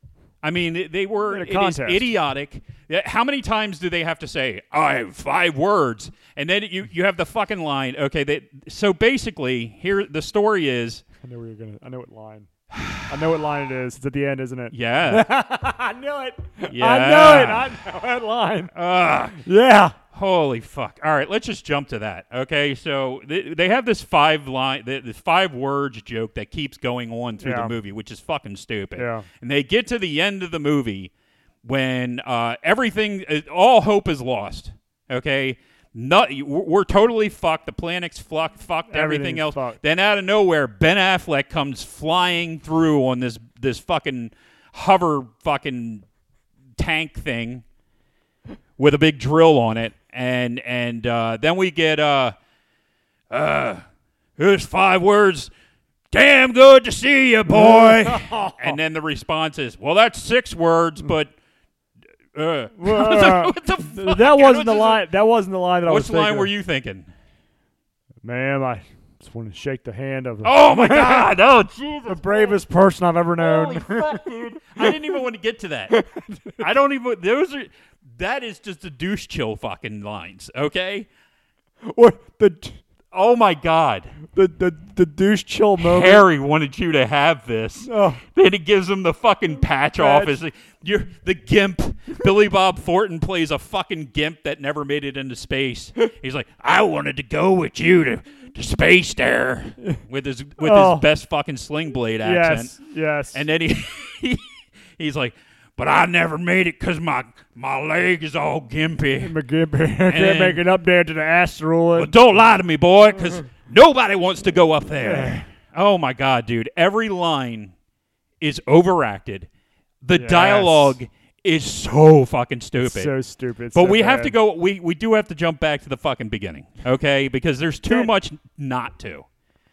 [SPEAKER 2] I mean, it- they were.
[SPEAKER 1] In a
[SPEAKER 2] It is
[SPEAKER 1] contest.
[SPEAKER 2] idiotic. Yeah, How many times do they have to say, I have five words? And then you, you have the fucking line. Okay, they, so basically, here the story is.
[SPEAKER 1] I know where you're gonna. I know what line. I know what line it is. It's at the end, isn't it?
[SPEAKER 2] Yeah.
[SPEAKER 1] I knew it. I
[SPEAKER 2] Yeah.
[SPEAKER 1] knew it. I know that line.
[SPEAKER 2] Ugh.
[SPEAKER 1] Yeah.
[SPEAKER 2] holy fuck. All right, let's just jump to that. Okay, so they, they have this five line, th- this five words joke that keeps going on through
[SPEAKER 1] Yeah.
[SPEAKER 2] the movie, which is fucking stupid.
[SPEAKER 1] Yeah.
[SPEAKER 2] And they get to the end of the movie when uh, everything, uh, all hope is lost. Okay. Not, we're we're totally fucked. The planet's fucked. Fucked.
[SPEAKER 1] Everything's
[SPEAKER 2] Everything else.
[SPEAKER 1] fucked.
[SPEAKER 2] Then out of nowhere, Ben Affleck comes flying through on this this fucking hover fucking tank thing with a big drill on it, and and uh, then we get uh, uh, here's five words. Damn good to see you, boy. and then the response is, well, that's six words, but uh,
[SPEAKER 1] Well,
[SPEAKER 2] what the
[SPEAKER 1] th-
[SPEAKER 2] fuck?
[SPEAKER 1] that
[SPEAKER 2] What's
[SPEAKER 1] wasn't the
[SPEAKER 2] this-
[SPEAKER 1] line. That wasn't the line that
[SPEAKER 2] Which
[SPEAKER 1] I was
[SPEAKER 2] line
[SPEAKER 1] thinking.
[SPEAKER 2] were you thinking?
[SPEAKER 1] Ma'am, I just want to shake the hand of the,
[SPEAKER 2] Oh my god! Oh Jesus!
[SPEAKER 1] the bravest person I've ever
[SPEAKER 2] Holy
[SPEAKER 1] known.
[SPEAKER 2] fuck, dude. I didn't even want to get to that. I don't even. Those are. That is just the douche chill fucking lines. Okay.
[SPEAKER 1] What the
[SPEAKER 2] Oh my god.
[SPEAKER 1] the the the douche chill moment.
[SPEAKER 2] Harry wanted you to have this.
[SPEAKER 1] Oh.
[SPEAKER 2] Then he gives him the fucking patch, off. It's like, You're the gimp. Billy Bob Thornton plays a fucking gimp that never made it into space. He's like, I wanted to go with you to, to space there with his with
[SPEAKER 1] Oh.
[SPEAKER 2] his best fucking sling blade accent.
[SPEAKER 1] Yes. Yes.
[SPEAKER 2] And then he he's like, "But I never made it because my my leg is all gimpy."
[SPEAKER 1] McGibber can't
[SPEAKER 2] then-
[SPEAKER 1] make an update to the asteroid.
[SPEAKER 2] But don't lie to me, boy,
[SPEAKER 1] Mm-hmm.
[SPEAKER 2] because nobody wants to go up there. Oh my god, dude! Every line is overacted. The
[SPEAKER 1] Yes.
[SPEAKER 2] dialogue is so fucking stupid.
[SPEAKER 1] So stupid. It's
[SPEAKER 2] but
[SPEAKER 1] so
[SPEAKER 2] we have
[SPEAKER 1] bad.
[SPEAKER 2] to go. We we do have to jump back to the fucking beginning, okay? Because there's too
[SPEAKER 1] That-
[SPEAKER 2] much not to.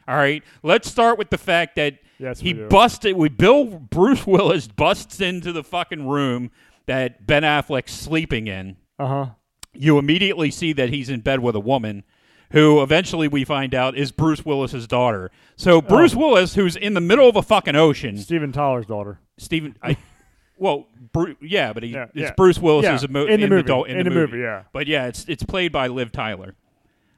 [SPEAKER 2] All right, let's start with the fact that
[SPEAKER 1] Yes,
[SPEAKER 2] he
[SPEAKER 1] we do.
[SPEAKER 2] busted. We Bill Bruce Willis busts into the fucking room that Ben Affleck's sleeping in.
[SPEAKER 1] Uh huh.
[SPEAKER 2] You immediately see that he's in bed with a woman, who eventually we find out is Bruce Willis's daughter.
[SPEAKER 1] Oh.
[SPEAKER 2] So Bruce Willis, who's in the middle of a fucking ocean,
[SPEAKER 1] Steven Tyler's daughter.
[SPEAKER 2] Stephen. I, well, Bru- yeah, but he,
[SPEAKER 1] Yeah,
[SPEAKER 2] it's
[SPEAKER 1] yeah.
[SPEAKER 2] Bruce Willis
[SPEAKER 1] Yeah,
[SPEAKER 2] is a mo-
[SPEAKER 1] in the movie.
[SPEAKER 2] doll- in, the, movie.
[SPEAKER 1] yeah.
[SPEAKER 2] but yeah, it's it's played by Liv Tyler.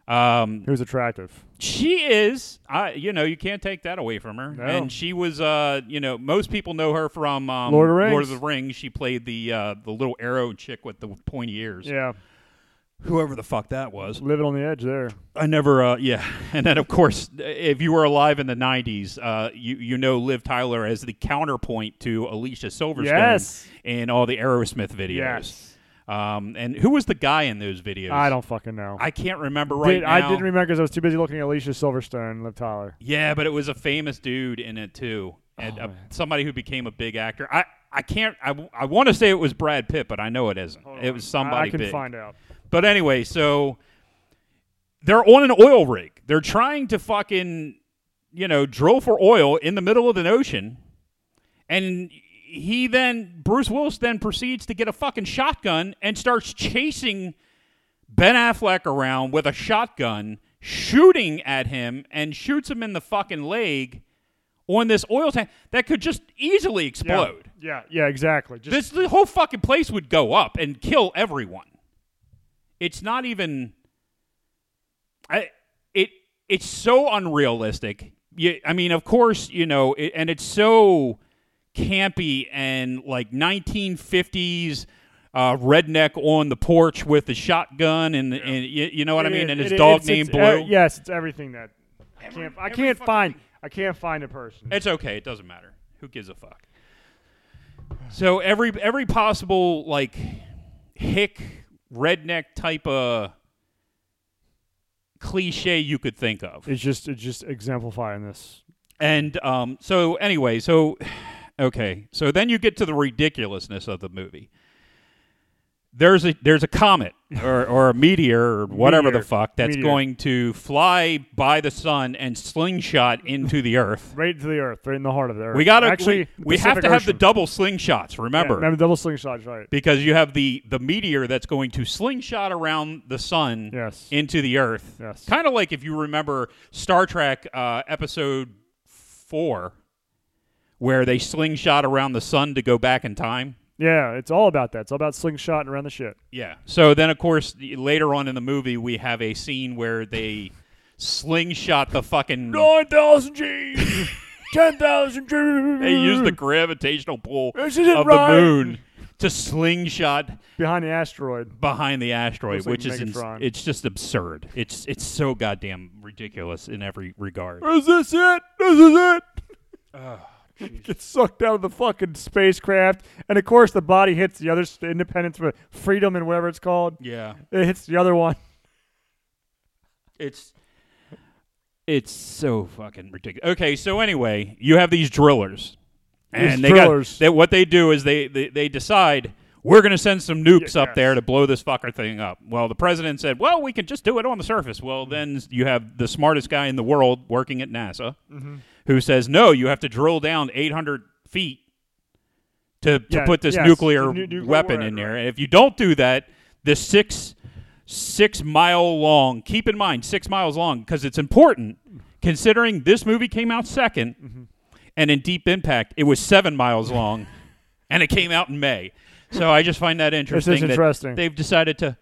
[SPEAKER 2] Um,
[SPEAKER 1] Who's attractive?
[SPEAKER 2] she is, I you know, you can't take that away from her.
[SPEAKER 1] No.
[SPEAKER 2] And she was, uh, you know, most people know her from um,
[SPEAKER 1] Lord of the
[SPEAKER 2] Lord of the
[SPEAKER 1] Rings.
[SPEAKER 2] Rings. She played the uh, the little arrow chick with the pointy ears.
[SPEAKER 1] Yeah.
[SPEAKER 2] Whoever the fuck that was.
[SPEAKER 1] Living on the edge there.
[SPEAKER 2] I never, uh, yeah. And then, of course, if you were alive in the 90s, uh, you, you know Liv Tyler as the counterpoint to Alicia Silverstone
[SPEAKER 1] Yes.
[SPEAKER 2] in all the Aerosmith videos.
[SPEAKER 1] Yes.
[SPEAKER 2] Um, and who was the guy in those videos?
[SPEAKER 1] I don't fucking know.
[SPEAKER 2] I can't remember right
[SPEAKER 1] Did-
[SPEAKER 2] now.
[SPEAKER 1] I didn't remember because I was too busy looking at Alicia Silverstone and Liv Tyler.
[SPEAKER 2] yeah, but it was a famous dude in it, too. And
[SPEAKER 1] Oh,
[SPEAKER 2] uh,
[SPEAKER 1] man.
[SPEAKER 2] somebody who became a big actor. I, I can't, I, want to say it was Brad Pitt, but I know it isn't.
[SPEAKER 1] Hold
[SPEAKER 2] It
[SPEAKER 1] on.
[SPEAKER 2] was
[SPEAKER 1] I,
[SPEAKER 2] somebody
[SPEAKER 1] I can
[SPEAKER 2] big.
[SPEAKER 1] find out.
[SPEAKER 2] But anyway, so they're on an oil rig. They're trying to fucking, you know, drill for oil in the middle of an ocean. And he then, Bruce Willis then proceeds to get a fucking shotgun and starts chasing Ben Affleck around with a shotgun, shooting at him and shoots him in the fucking leg on this oil tank that could just easily
[SPEAKER 1] Yeah.
[SPEAKER 2] explode
[SPEAKER 1] Yeah. Yeah. Exactly. Just
[SPEAKER 2] this the whole fucking place would go up and kill everyone. It's not even I it it's so unrealistic. You, I mean, of course, you know, it, and it's so campy and like 1950s uh, redneck on the porch with the shotgun and, and you, you know what I
[SPEAKER 1] It
[SPEAKER 2] mean,
[SPEAKER 1] is-
[SPEAKER 2] and his
[SPEAKER 1] it-
[SPEAKER 2] dog
[SPEAKER 1] it's-
[SPEAKER 2] named
[SPEAKER 1] it's,
[SPEAKER 2] Blue.
[SPEAKER 1] e- yes, it's everything that I can't. I
[SPEAKER 2] every
[SPEAKER 1] can't
[SPEAKER 2] fucking
[SPEAKER 1] find. I can't find a person.
[SPEAKER 2] It's okay. It doesn't matter. Who gives a fuck? So every every possible like hick redneck type of cliche you could think of.
[SPEAKER 1] It's just. It's just exemplifying this.
[SPEAKER 2] And um, so anyway, so okay, so then you get to the ridiculousness of the movie. There's a there's a comet or, or a meteor or whatever
[SPEAKER 1] Meteor.
[SPEAKER 2] the fuck that's
[SPEAKER 1] Meteor.
[SPEAKER 2] going to fly by the sun and slingshot into the earth.
[SPEAKER 1] Right into the earth. Right in the heart of the earth.
[SPEAKER 2] We gotta
[SPEAKER 1] actually.
[SPEAKER 2] We, we have
[SPEAKER 1] Pacific
[SPEAKER 2] to have the
[SPEAKER 1] Ocean.
[SPEAKER 2] double slingshots. Remember,
[SPEAKER 1] Yeah, remember double slingshots. Right.
[SPEAKER 2] because you have the the meteor that's going to slingshot around the sun
[SPEAKER 1] Yes.
[SPEAKER 2] into the earth.
[SPEAKER 1] Yes.
[SPEAKER 2] Kind of like if you remember Star Trek uh, episode four, where they slingshot around the sun to go back in time.
[SPEAKER 1] Yeah. It's all about that. It's all about slingshotting around the shit.
[SPEAKER 2] Yeah. So then, of course, the- later on in the movie, we have a scene where they slingshot the fucking.
[SPEAKER 1] Nine thousand G. Ten thousand G.
[SPEAKER 2] They use the gravitational pull
[SPEAKER 1] This isn't
[SPEAKER 2] of
[SPEAKER 1] right.
[SPEAKER 2] the moon to slingshot
[SPEAKER 1] behind the asteroid.
[SPEAKER 2] behind the asteroid,
[SPEAKER 1] Looks like
[SPEAKER 2] which is ins-
[SPEAKER 1] Megatron.
[SPEAKER 2] it's just absurd. It's it's so goddamn ridiculous in every regard.
[SPEAKER 1] Is this it? This is it.
[SPEAKER 2] Oh,
[SPEAKER 1] Gets sucked out of the fucking spacecraft, and of course the body hits the other s- the Independence, but Freedom and whatever it's called,
[SPEAKER 2] Yeah,
[SPEAKER 1] it hits the other one.
[SPEAKER 2] it's it's so fucking ridiculous. Okay, so anyway, you have these drillers, and
[SPEAKER 1] These
[SPEAKER 2] they got-
[SPEAKER 1] drillers.
[SPEAKER 2] they- what they do is they they, they decide. We're going to send some nukes up
[SPEAKER 1] yes.
[SPEAKER 2] there to blow this fucker thing up. Well, the president said, well, we can just do it on the surface. Well, then you have the smartest guy in the world working at NASA who says, no, you have to drill down 800 feet to, to
[SPEAKER 1] Yeah,
[SPEAKER 2] put this
[SPEAKER 1] yes,
[SPEAKER 2] nuclear,
[SPEAKER 1] the nu- nuclear
[SPEAKER 2] weapon
[SPEAKER 1] warhead,
[SPEAKER 2] in there. And if you don't do that, this six six mile long. Keep in mind, six miles long because it's important. Considering this movie came out 2nd
[SPEAKER 1] Mm-hmm.
[SPEAKER 2] and in Deep Impact, it was seven miles long, and it came out in May. So I just find that interesting. that
[SPEAKER 1] interesting.
[SPEAKER 2] they've decided to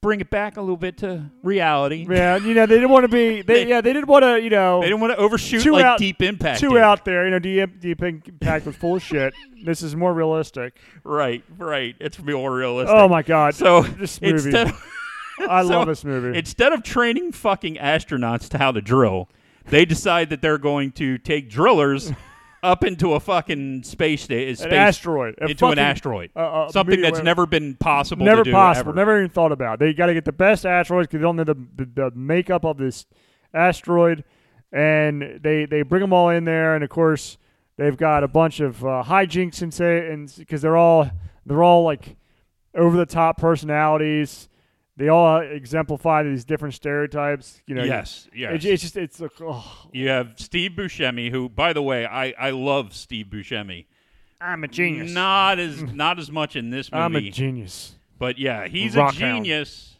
[SPEAKER 2] bring it back a little bit to reality.
[SPEAKER 1] Yeah, you know they didn't want to be. They,
[SPEAKER 2] They-
[SPEAKER 1] yeah, they didn't want to. You know,
[SPEAKER 2] They didn't want to overshoot
[SPEAKER 1] Two
[SPEAKER 2] like
[SPEAKER 1] out-
[SPEAKER 2] Deep Impact.
[SPEAKER 1] two
[SPEAKER 2] did.
[SPEAKER 1] out there. You know, deep deep impact was full of shit. This is more realistic.
[SPEAKER 2] Right, right. It's more realistic.
[SPEAKER 1] Oh my god!
[SPEAKER 2] So
[SPEAKER 1] this movie,
[SPEAKER 2] instead of,
[SPEAKER 1] I
[SPEAKER 2] so
[SPEAKER 1] love this movie.
[SPEAKER 2] Instead of training fucking astronauts to how to drill, they decide that they're going to take drillers up into a fucking space station,
[SPEAKER 1] an
[SPEAKER 2] space
[SPEAKER 1] asteroid, a
[SPEAKER 2] into an
[SPEAKER 1] fucking- uh,
[SPEAKER 2] asteroid,
[SPEAKER 1] a- a
[SPEAKER 2] something that's
[SPEAKER 1] meteor-
[SPEAKER 2] never been possible,
[SPEAKER 1] Never
[SPEAKER 2] to do,
[SPEAKER 1] possible.
[SPEAKER 2] ever.
[SPEAKER 1] Never even thought about. It. They got to get the best asteroids because they don't know the, the the makeup of this asteroid, and they they bring them all in there, and of course They've got a bunch of uh, hijinks and say and because they're all they're all like over the top personalities. They all uh, exemplify these different stereotypes. You know,
[SPEAKER 2] yes, yes.
[SPEAKER 1] It, it's just it's like, oh,
[SPEAKER 2] you have Steve Buscemi, who, by the way, I, I love Steve Buscemi.
[SPEAKER 1] I'm a genius. Mm.
[SPEAKER 2] Not as not as much in this movie.
[SPEAKER 1] I'm a genius.
[SPEAKER 2] But yeah, he's
[SPEAKER 1] Rock
[SPEAKER 2] a
[SPEAKER 1] hound.
[SPEAKER 2] genius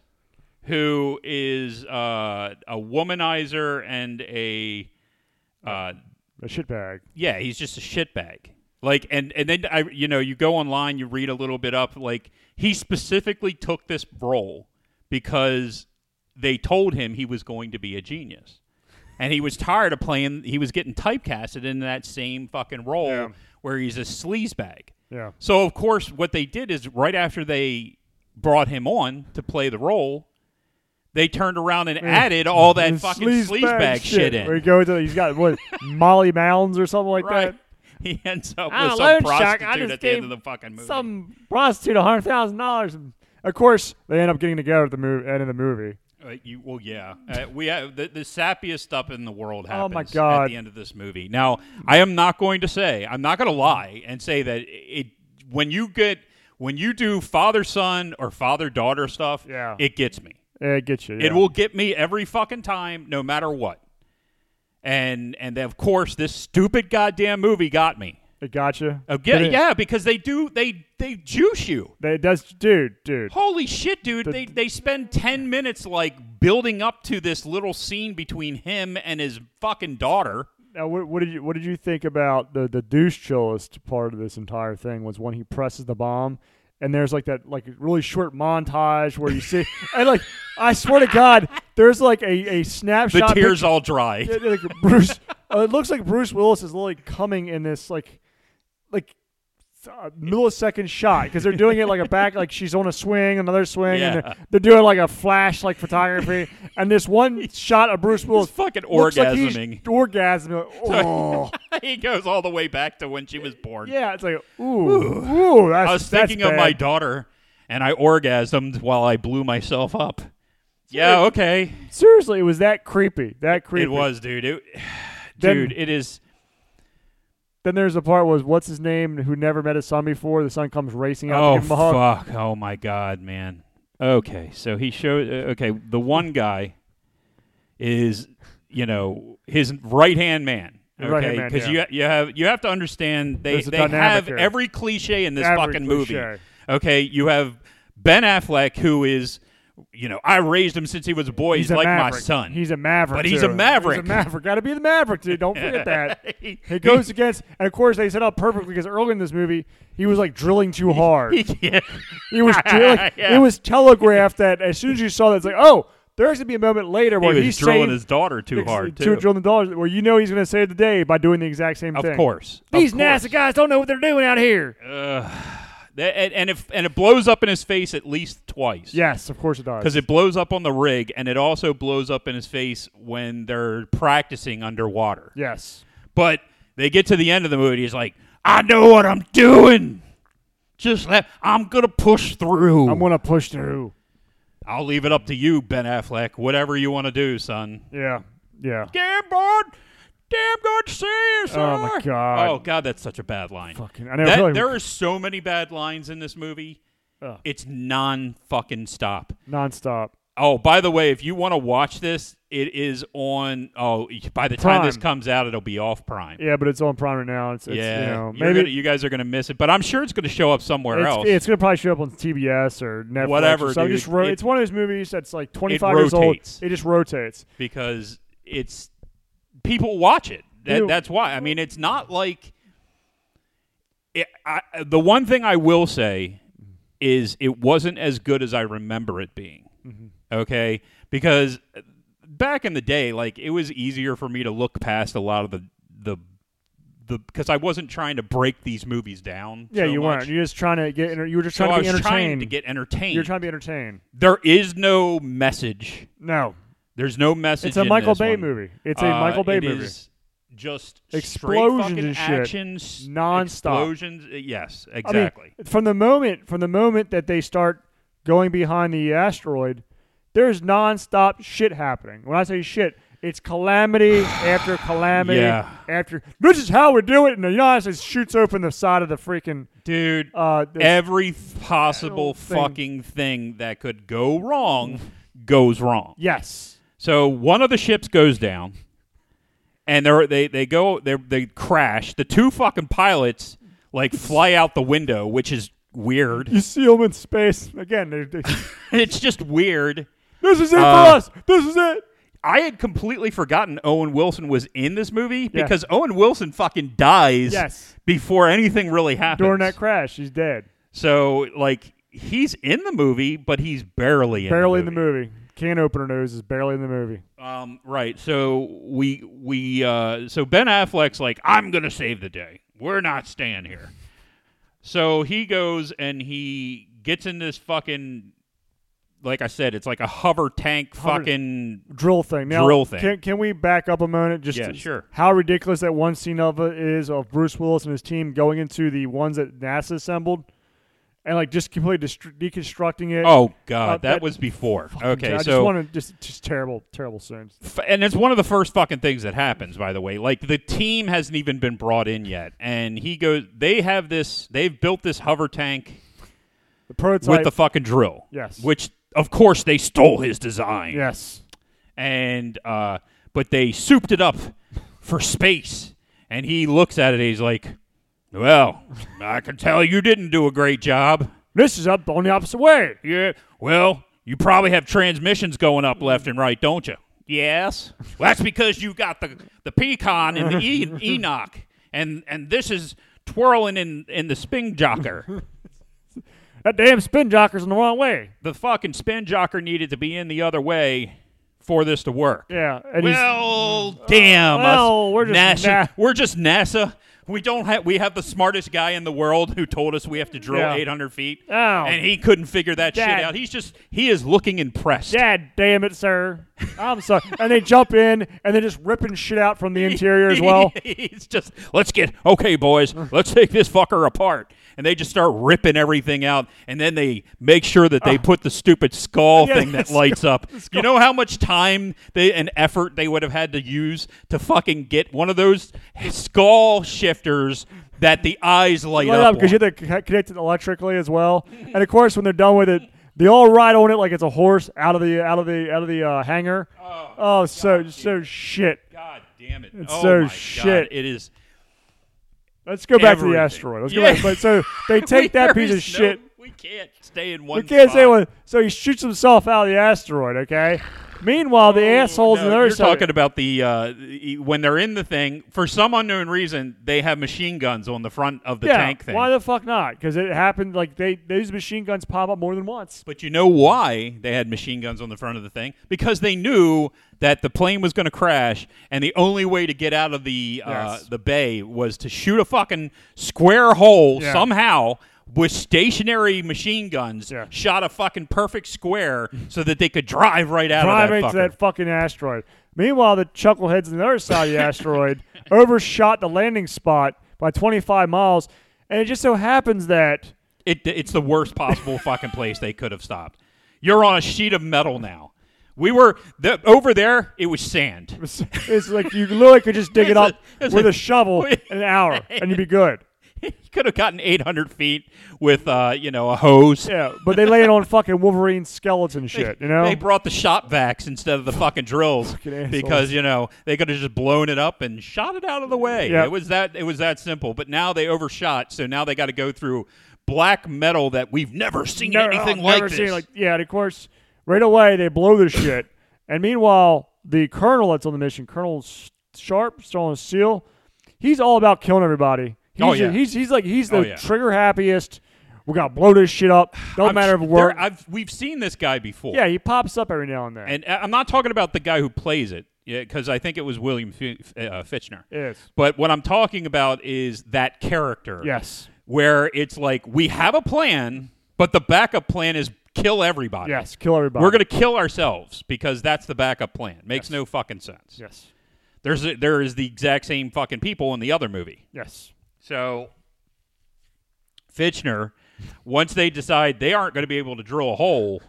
[SPEAKER 2] who is uh, a womanizer and a uh,
[SPEAKER 1] A shitbag.
[SPEAKER 2] yeah, he's just a shitbag. Like and and then I you know you go online, you read a little bit up. Like he specifically took this role because they told him he was going to be a genius, and he was tired of playing. He was getting typecasted into that same fucking role
[SPEAKER 1] Yeah.
[SPEAKER 2] where he's a sleazebag.
[SPEAKER 1] Yeah.
[SPEAKER 2] So of course, what they did is right after they brought him on to play the role, they turned around and added all that
[SPEAKER 1] This
[SPEAKER 2] fucking sleazebag shit in.
[SPEAKER 1] Where he goes, to- he's got what Molly Mounds or something like
[SPEAKER 2] right.
[SPEAKER 1] that.
[SPEAKER 2] He ends up
[SPEAKER 1] I
[SPEAKER 2] with some
[SPEAKER 1] learned, Chuck, I
[SPEAKER 2] prostitute
[SPEAKER 1] just
[SPEAKER 2] at the end
[SPEAKER 1] gave
[SPEAKER 2] of the fucking movie.
[SPEAKER 1] Some prostitute, hundred thousand dollars. Of course, they end up getting together at the mov end of the movie.
[SPEAKER 2] Uh, you, well, yeah, uh, we have the, the sappiest stuff in the world
[SPEAKER 1] Oh,
[SPEAKER 2] happens
[SPEAKER 1] my God.
[SPEAKER 2] at the end of this movie. Now, I am not going to say, I'm not going to lie and say that it when you get when you do father son or father daughter stuff,
[SPEAKER 1] Yeah.
[SPEAKER 2] it gets me.
[SPEAKER 1] It gets you.
[SPEAKER 2] It
[SPEAKER 1] yeah.
[SPEAKER 2] will get me every fucking time, no matter what. And and of course, this stupid goddamn movie got me.
[SPEAKER 1] It got you.
[SPEAKER 2] Uh, yeah,
[SPEAKER 1] But it-
[SPEAKER 2] yeah, because they do they they juice you.
[SPEAKER 1] They, it does, dude, dude.
[SPEAKER 2] Holy shit, dude!
[SPEAKER 1] The-
[SPEAKER 2] they they spend ten minutes like building up to this little scene between him and his fucking daughter.
[SPEAKER 1] Now, what, what did you what did you think about the the douche chillest part of this entire thing? Was when he presses the bomb, and there's like that like really short montage where you see, and like I swear to God, there's like a a
[SPEAKER 2] The
[SPEAKER 1] snapshot.
[SPEAKER 2] tears all dry.
[SPEAKER 1] picture- yeah, like Bruce. uh, it looks like Bruce Willis is literally coming in this like like uh, millisecond shot because they're doing it like a back like she's on a swing another swing
[SPEAKER 2] Yeah.
[SPEAKER 1] and they're, they're doing like a flash like photography and this one shot of Bruce Willis
[SPEAKER 2] He's fucking
[SPEAKER 1] Looks like he's
[SPEAKER 2] orgasming.
[SPEAKER 1] orgasming. Oh,
[SPEAKER 2] he goes all the way back to when she was born.
[SPEAKER 1] yeah. It's like ooh, ooh. That's,
[SPEAKER 2] I was
[SPEAKER 1] that's
[SPEAKER 2] thinking of my
[SPEAKER 1] bad.
[SPEAKER 2] daughter, and I orgasmed while I blew myself up. Yeah, okay.
[SPEAKER 1] Seriously, it was that creepy. That creepy.
[SPEAKER 2] It was, dude. It,
[SPEAKER 1] Then-
[SPEAKER 2] dude, it is.
[SPEAKER 1] Then there's the part was what's his name who never met his son before. The son comes racing out
[SPEAKER 2] Oh
[SPEAKER 1] to give him a hug.
[SPEAKER 2] fuck! Oh my god, man. Okay, so he showed. Uh, okay, the one guy is, you know, his right hand man.
[SPEAKER 1] His right-hand
[SPEAKER 2] Okay,
[SPEAKER 1] man,
[SPEAKER 2] because
[SPEAKER 1] yeah.
[SPEAKER 2] you you have you have to understand they
[SPEAKER 1] There's a
[SPEAKER 2] they
[SPEAKER 1] dynamic
[SPEAKER 2] have
[SPEAKER 1] here.
[SPEAKER 2] every cliche in this
[SPEAKER 1] Every
[SPEAKER 2] fucking
[SPEAKER 1] cliche.
[SPEAKER 2] movie. Okay, you have Ben Affleck who is, you know, I raised him since he was a boy. He's,
[SPEAKER 1] a
[SPEAKER 2] like my
[SPEAKER 1] maverick.
[SPEAKER 2] son.
[SPEAKER 1] He's a maverick.
[SPEAKER 2] But he's
[SPEAKER 1] too.
[SPEAKER 2] a maverick.
[SPEAKER 1] He's a maverick. Got to be the maverick, dude. Don't forget that.
[SPEAKER 2] He-
[SPEAKER 1] He goes against, and of course they set up perfectly because earlier in this movie he was like drilling too hard.
[SPEAKER 2] yeah.
[SPEAKER 1] He was drilling.
[SPEAKER 2] Yeah.
[SPEAKER 1] It was telegraphed that as soon as you saw that, it's like, oh, there's gonna be a moment later
[SPEAKER 2] He
[SPEAKER 1] where
[SPEAKER 2] was
[SPEAKER 1] he's
[SPEAKER 2] drilling
[SPEAKER 1] saved-
[SPEAKER 2] his daughter too hard
[SPEAKER 1] Two
[SPEAKER 2] too.
[SPEAKER 1] drilling the dollars where you know he's going to save the day by doing the exact same
[SPEAKER 2] of
[SPEAKER 1] thing.
[SPEAKER 2] course, Of
[SPEAKER 1] These
[SPEAKER 2] course.
[SPEAKER 1] NASA guys don't know what they're doing out here.
[SPEAKER 2] That- and, and if and it blows up in his face at least twice.
[SPEAKER 1] Yes, of course it does.
[SPEAKER 2] Because it blows up on the rig, and it also blows up in his face when they're practicing underwater.
[SPEAKER 1] yes.
[SPEAKER 2] But they get to the end of the movie. He's like, "I know what I'm doing. Just let. I'm gonna push through.
[SPEAKER 1] I'm going to push through.
[SPEAKER 2] I'll leave it up to you, Ben Affleck. Whatever you want to do, son.
[SPEAKER 1] Yeah. Yeah.
[SPEAKER 2] Damn good. Damn good to see you, sir.
[SPEAKER 1] Oh, my God.
[SPEAKER 2] Oh god, that's such a bad line.
[SPEAKER 1] Fucking, I never
[SPEAKER 2] That-
[SPEAKER 1] feel like
[SPEAKER 2] there are so many bad lines in this movie.
[SPEAKER 1] Ugh.
[SPEAKER 2] It's non fucking stop.
[SPEAKER 1] nonstop.
[SPEAKER 2] Oh, by the way, if you want to watch this, it is on. Oh, by the time this
[SPEAKER 1] Prime.
[SPEAKER 2] comes out, it'll be off Prime.
[SPEAKER 1] Yeah, but it's on Prime right now. It's, it's
[SPEAKER 2] yeah,
[SPEAKER 1] you know,
[SPEAKER 2] You're
[SPEAKER 1] maybe
[SPEAKER 2] gonna- you guys are going to miss it, but I'm sure it's going to show up somewhere else.
[SPEAKER 1] it's, going to probably show up on TBS or Netflix.
[SPEAKER 2] Whatever,
[SPEAKER 1] Or something.
[SPEAKER 2] dude.
[SPEAKER 1] Just ro-
[SPEAKER 2] It-
[SPEAKER 1] it's one of those movies that's like 25 years old.
[SPEAKER 2] rotates.
[SPEAKER 1] It just rotates.
[SPEAKER 2] because it's people watch it. That,
[SPEAKER 1] Ew.
[SPEAKER 2] That's why. I mean, it's not like it, I, the one thing I will say is it wasn't as good as I remember it being.
[SPEAKER 1] Mm-hmm.
[SPEAKER 2] Okay, because back in the day, like it was easier for me to look past a lot of the the the because I wasn't trying to break these movies down.
[SPEAKER 1] Yeah,
[SPEAKER 2] so
[SPEAKER 1] you
[SPEAKER 2] much.
[SPEAKER 1] weren't. You're just trying to get. Inter- you were just
[SPEAKER 2] So
[SPEAKER 1] trying
[SPEAKER 2] I
[SPEAKER 1] to be
[SPEAKER 2] was
[SPEAKER 1] entertained.
[SPEAKER 2] trying to get entertained.
[SPEAKER 1] You're trying to be entertained.
[SPEAKER 2] there is no message.
[SPEAKER 1] No,
[SPEAKER 2] There's no message.
[SPEAKER 1] it's a
[SPEAKER 2] in
[SPEAKER 1] Michael
[SPEAKER 2] this
[SPEAKER 1] Bay
[SPEAKER 2] one.
[SPEAKER 1] movie. It's a
[SPEAKER 2] Uh,
[SPEAKER 1] Michael Bay
[SPEAKER 2] it
[SPEAKER 1] movie.
[SPEAKER 2] is just
[SPEAKER 1] Explosions
[SPEAKER 2] explosions
[SPEAKER 1] and
[SPEAKER 2] and
[SPEAKER 1] shit.
[SPEAKER 2] actions,
[SPEAKER 1] Nonstop.
[SPEAKER 2] Explosions, uh, yes,
[SPEAKER 1] I mean,
[SPEAKER 2] exactly.
[SPEAKER 1] from the moment from the moment that they start going behind the asteroid, there's nonstop shit happening. When I say shit, It's calamity after calamity
[SPEAKER 2] Yeah.
[SPEAKER 1] after. This is how we do it, and the United States shoots open the side of the freaking.
[SPEAKER 2] Dude,
[SPEAKER 1] Uh, the-
[SPEAKER 2] every possible
[SPEAKER 1] Little thing.
[SPEAKER 2] fucking thing that could go wrong goes wrong.
[SPEAKER 1] yes,
[SPEAKER 2] So one of the ships goes down, and they they they go they they crash. The two fucking pilots like fly out the window, which is weird.
[SPEAKER 1] you see them in space again. They, they,
[SPEAKER 2] it's just weird.
[SPEAKER 1] this is it
[SPEAKER 2] Uh,
[SPEAKER 1] for us. This is it.
[SPEAKER 2] I had completely forgotten Owen Wilson was in this movie
[SPEAKER 1] Yeah.
[SPEAKER 2] because Owen Wilson fucking dies
[SPEAKER 1] Yes.
[SPEAKER 2] before anything really happens.
[SPEAKER 1] During that crash, he's dead.
[SPEAKER 2] so like he's in the movie, but he's barely in
[SPEAKER 1] barely
[SPEAKER 2] the
[SPEAKER 1] in the movie. Can opener nose is barely in the movie.
[SPEAKER 2] Um, right. So we we uh, so Ben Affleck's like, I'm gonna save the day. We're not staying here. So he goes and he gets in this fucking, like I said, it's like a hover tank
[SPEAKER 1] Hover-
[SPEAKER 2] fucking.
[SPEAKER 1] Drill thing. Now,
[SPEAKER 2] Drill thing.
[SPEAKER 1] Can, can we back up a moment? Just
[SPEAKER 2] Yeah,
[SPEAKER 1] to-
[SPEAKER 2] sure.
[SPEAKER 1] How ridiculous that one scene of it is of Bruce Willis and his team going into the ones that NASA assembled, and like just completely dest- deconstructing it.
[SPEAKER 2] Oh God,
[SPEAKER 1] Uh,
[SPEAKER 2] that
[SPEAKER 1] that-
[SPEAKER 2] was before.
[SPEAKER 1] Fucking
[SPEAKER 2] Okay,
[SPEAKER 1] I just
[SPEAKER 2] so
[SPEAKER 1] want to just just terrible, terrible scenes.
[SPEAKER 2] f- and it's one of the first fucking things that happens. By the way, like the team hasn't even been brought in yet, and he goes. They have this. They've built this hover tank
[SPEAKER 1] The prototype.
[SPEAKER 2] with the fucking drill.
[SPEAKER 1] Yes.
[SPEAKER 2] Which of course they stole his design.
[SPEAKER 1] yes.
[SPEAKER 2] and uh, but they souped it up for space. And he looks at it. He's like, "Well, I can tell you didn't do a great job.
[SPEAKER 1] This is up on the opposite way.
[SPEAKER 2] Yeah. Well, you probably have transmissions going up left and right, don't you? Yes. Well, that's because you got the the pecan and the e- Enoch, and and this is twirling in in the spin jocker.
[SPEAKER 1] That damn spin jocker's in the wrong way.
[SPEAKER 2] The fucking spin jocker needed to be in the other way for this to work.
[SPEAKER 1] Yeah. And he's-
[SPEAKER 2] Well, damn. us
[SPEAKER 1] well, we're just
[SPEAKER 2] NASA.
[SPEAKER 1] na-
[SPEAKER 2] we're just NASA. We don't have. We have the smartest guy in the world who told us we have to drill
[SPEAKER 1] Yeah.
[SPEAKER 2] 800 feet,
[SPEAKER 1] Oh.
[SPEAKER 2] and he couldn't figure that
[SPEAKER 1] Dad.
[SPEAKER 2] shit out. He's just he is looking impressed.
[SPEAKER 1] Dad, damn it, sir. I'm sorry. and they jump in and they're just ripping shit out from the interior as well.
[SPEAKER 2] He's just let's get okay, boys. Let's take this fucker apart. And they just start ripping everything out, and then they make sure that they put the stupid skull
[SPEAKER 1] Ah. Yeah,
[SPEAKER 2] thing
[SPEAKER 1] the
[SPEAKER 2] that
[SPEAKER 1] skull-
[SPEAKER 2] lights up. You know how much time they and effort they would have had to use to fucking get one of those skull shifters that the eyes light,
[SPEAKER 1] Light up Oh, because you
[SPEAKER 2] on.
[SPEAKER 1] have to c- connect it electrically as well. and of course, when they're done with it, they all ride on it like it's a horse out of the out of the out of the uh, hangar. Oh, so so shit.
[SPEAKER 2] God damn it!
[SPEAKER 1] It's
[SPEAKER 2] oh
[SPEAKER 1] so
[SPEAKER 2] my
[SPEAKER 1] shit.
[SPEAKER 2] God. It is.
[SPEAKER 1] Let's go back to the
[SPEAKER 2] Everything.
[SPEAKER 1] asteroid. Let's
[SPEAKER 2] Yeah.
[SPEAKER 1] go back. But so they
[SPEAKER 2] We-
[SPEAKER 1] take that
[SPEAKER 2] there
[SPEAKER 1] piece of
[SPEAKER 2] is no-
[SPEAKER 1] shit.
[SPEAKER 2] We can't stay in one.
[SPEAKER 1] We can't say
[SPEAKER 2] spot.
[SPEAKER 1] what. So he shoots himself out of the asteroid. Okay. Meanwhile, the assholes
[SPEAKER 2] Oh, No,
[SPEAKER 1] in the other
[SPEAKER 2] you're
[SPEAKER 1] side.
[SPEAKER 2] talking about the uh, e- when they're in the thing for some unknown reason they have machine guns on the front of the
[SPEAKER 1] yeah,
[SPEAKER 2] tank thing.
[SPEAKER 1] why the fuck not? Because it happened like they these machine guns pop up more than once.
[SPEAKER 2] but you know why they had machine guns on the front of the thing? Because they knew that the plane was going to crash, and the only way to get out of the uh,
[SPEAKER 1] Yes.
[SPEAKER 2] the bay was to shoot a fucking square hole
[SPEAKER 1] Yeah.
[SPEAKER 2] somehow with stationary machine guns.
[SPEAKER 1] Yeah.
[SPEAKER 2] Shot a fucking perfect square so that they could drive right out
[SPEAKER 1] Drive
[SPEAKER 2] of that.
[SPEAKER 1] into
[SPEAKER 2] fucker.
[SPEAKER 1] that fucking asteroid. Meanwhile, the chuckleheads on the other side of the asteroid overshot the landing spot by 25 miles, and it just so happens that
[SPEAKER 2] It, it's the worst possible fucking place they could have stopped. You're on a sheet of metal now. We were the, over there. It was sand.
[SPEAKER 1] it's, it's like you literally could just dig it
[SPEAKER 2] It's
[SPEAKER 1] up
[SPEAKER 2] a- it's
[SPEAKER 1] with
[SPEAKER 2] a-
[SPEAKER 1] a shovel in an hour, and you'd be good.
[SPEAKER 2] you could have gotten 800 feet with uh, you know a hose.
[SPEAKER 1] Yeah, but they lay it on fucking Wolverine skeleton shit, you know?
[SPEAKER 2] They brought the shop vacs instead of the fucking drills
[SPEAKER 1] assholes.
[SPEAKER 2] because you know they could have just blown it up and shot it out of the way.
[SPEAKER 1] Yeah.
[SPEAKER 2] It was that it was that simple. But now they overshot, so now they got to go through black metal that we've never seen
[SPEAKER 1] No,
[SPEAKER 2] anything
[SPEAKER 1] I've
[SPEAKER 2] like
[SPEAKER 1] never
[SPEAKER 2] this.
[SPEAKER 1] seen it like- yeah, and of course, right away they blow this shit. And meanwhile, the colonel that's on the mission, Colonel S- Sharp, still on SEAL, he's all about killing everybody. He's,
[SPEAKER 2] Oh, yeah.
[SPEAKER 1] he's he's like he's the
[SPEAKER 2] Oh, yeah.
[SPEAKER 1] trigger happiest. We gotta blow this shit up. Don't
[SPEAKER 2] I'm
[SPEAKER 1] matter if
[SPEAKER 2] s-
[SPEAKER 1] it works.
[SPEAKER 2] there- I've, we've seen this guy before.
[SPEAKER 1] Yeah, he pops up every now and then.
[SPEAKER 2] And I- I'm not talking about the guy who plays it, because I think it was William Fi uh, Fitchner.
[SPEAKER 1] yes,
[SPEAKER 2] But what I'm talking about is that character.
[SPEAKER 1] yes,
[SPEAKER 2] Where it's like we have a plan, but the backup plan is kill everybody.
[SPEAKER 1] yes. Kill everybody.
[SPEAKER 2] We're gonna kill ourselves because that's the backup plan. Makes no fucking sense.
[SPEAKER 1] Yes,
[SPEAKER 2] There's a, there is the exact same fucking people in the other movie.
[SPEAKER 1] yes.
[SPEAKER 2] So Fitchner, once they decide they aren't going to be able to drill a hole,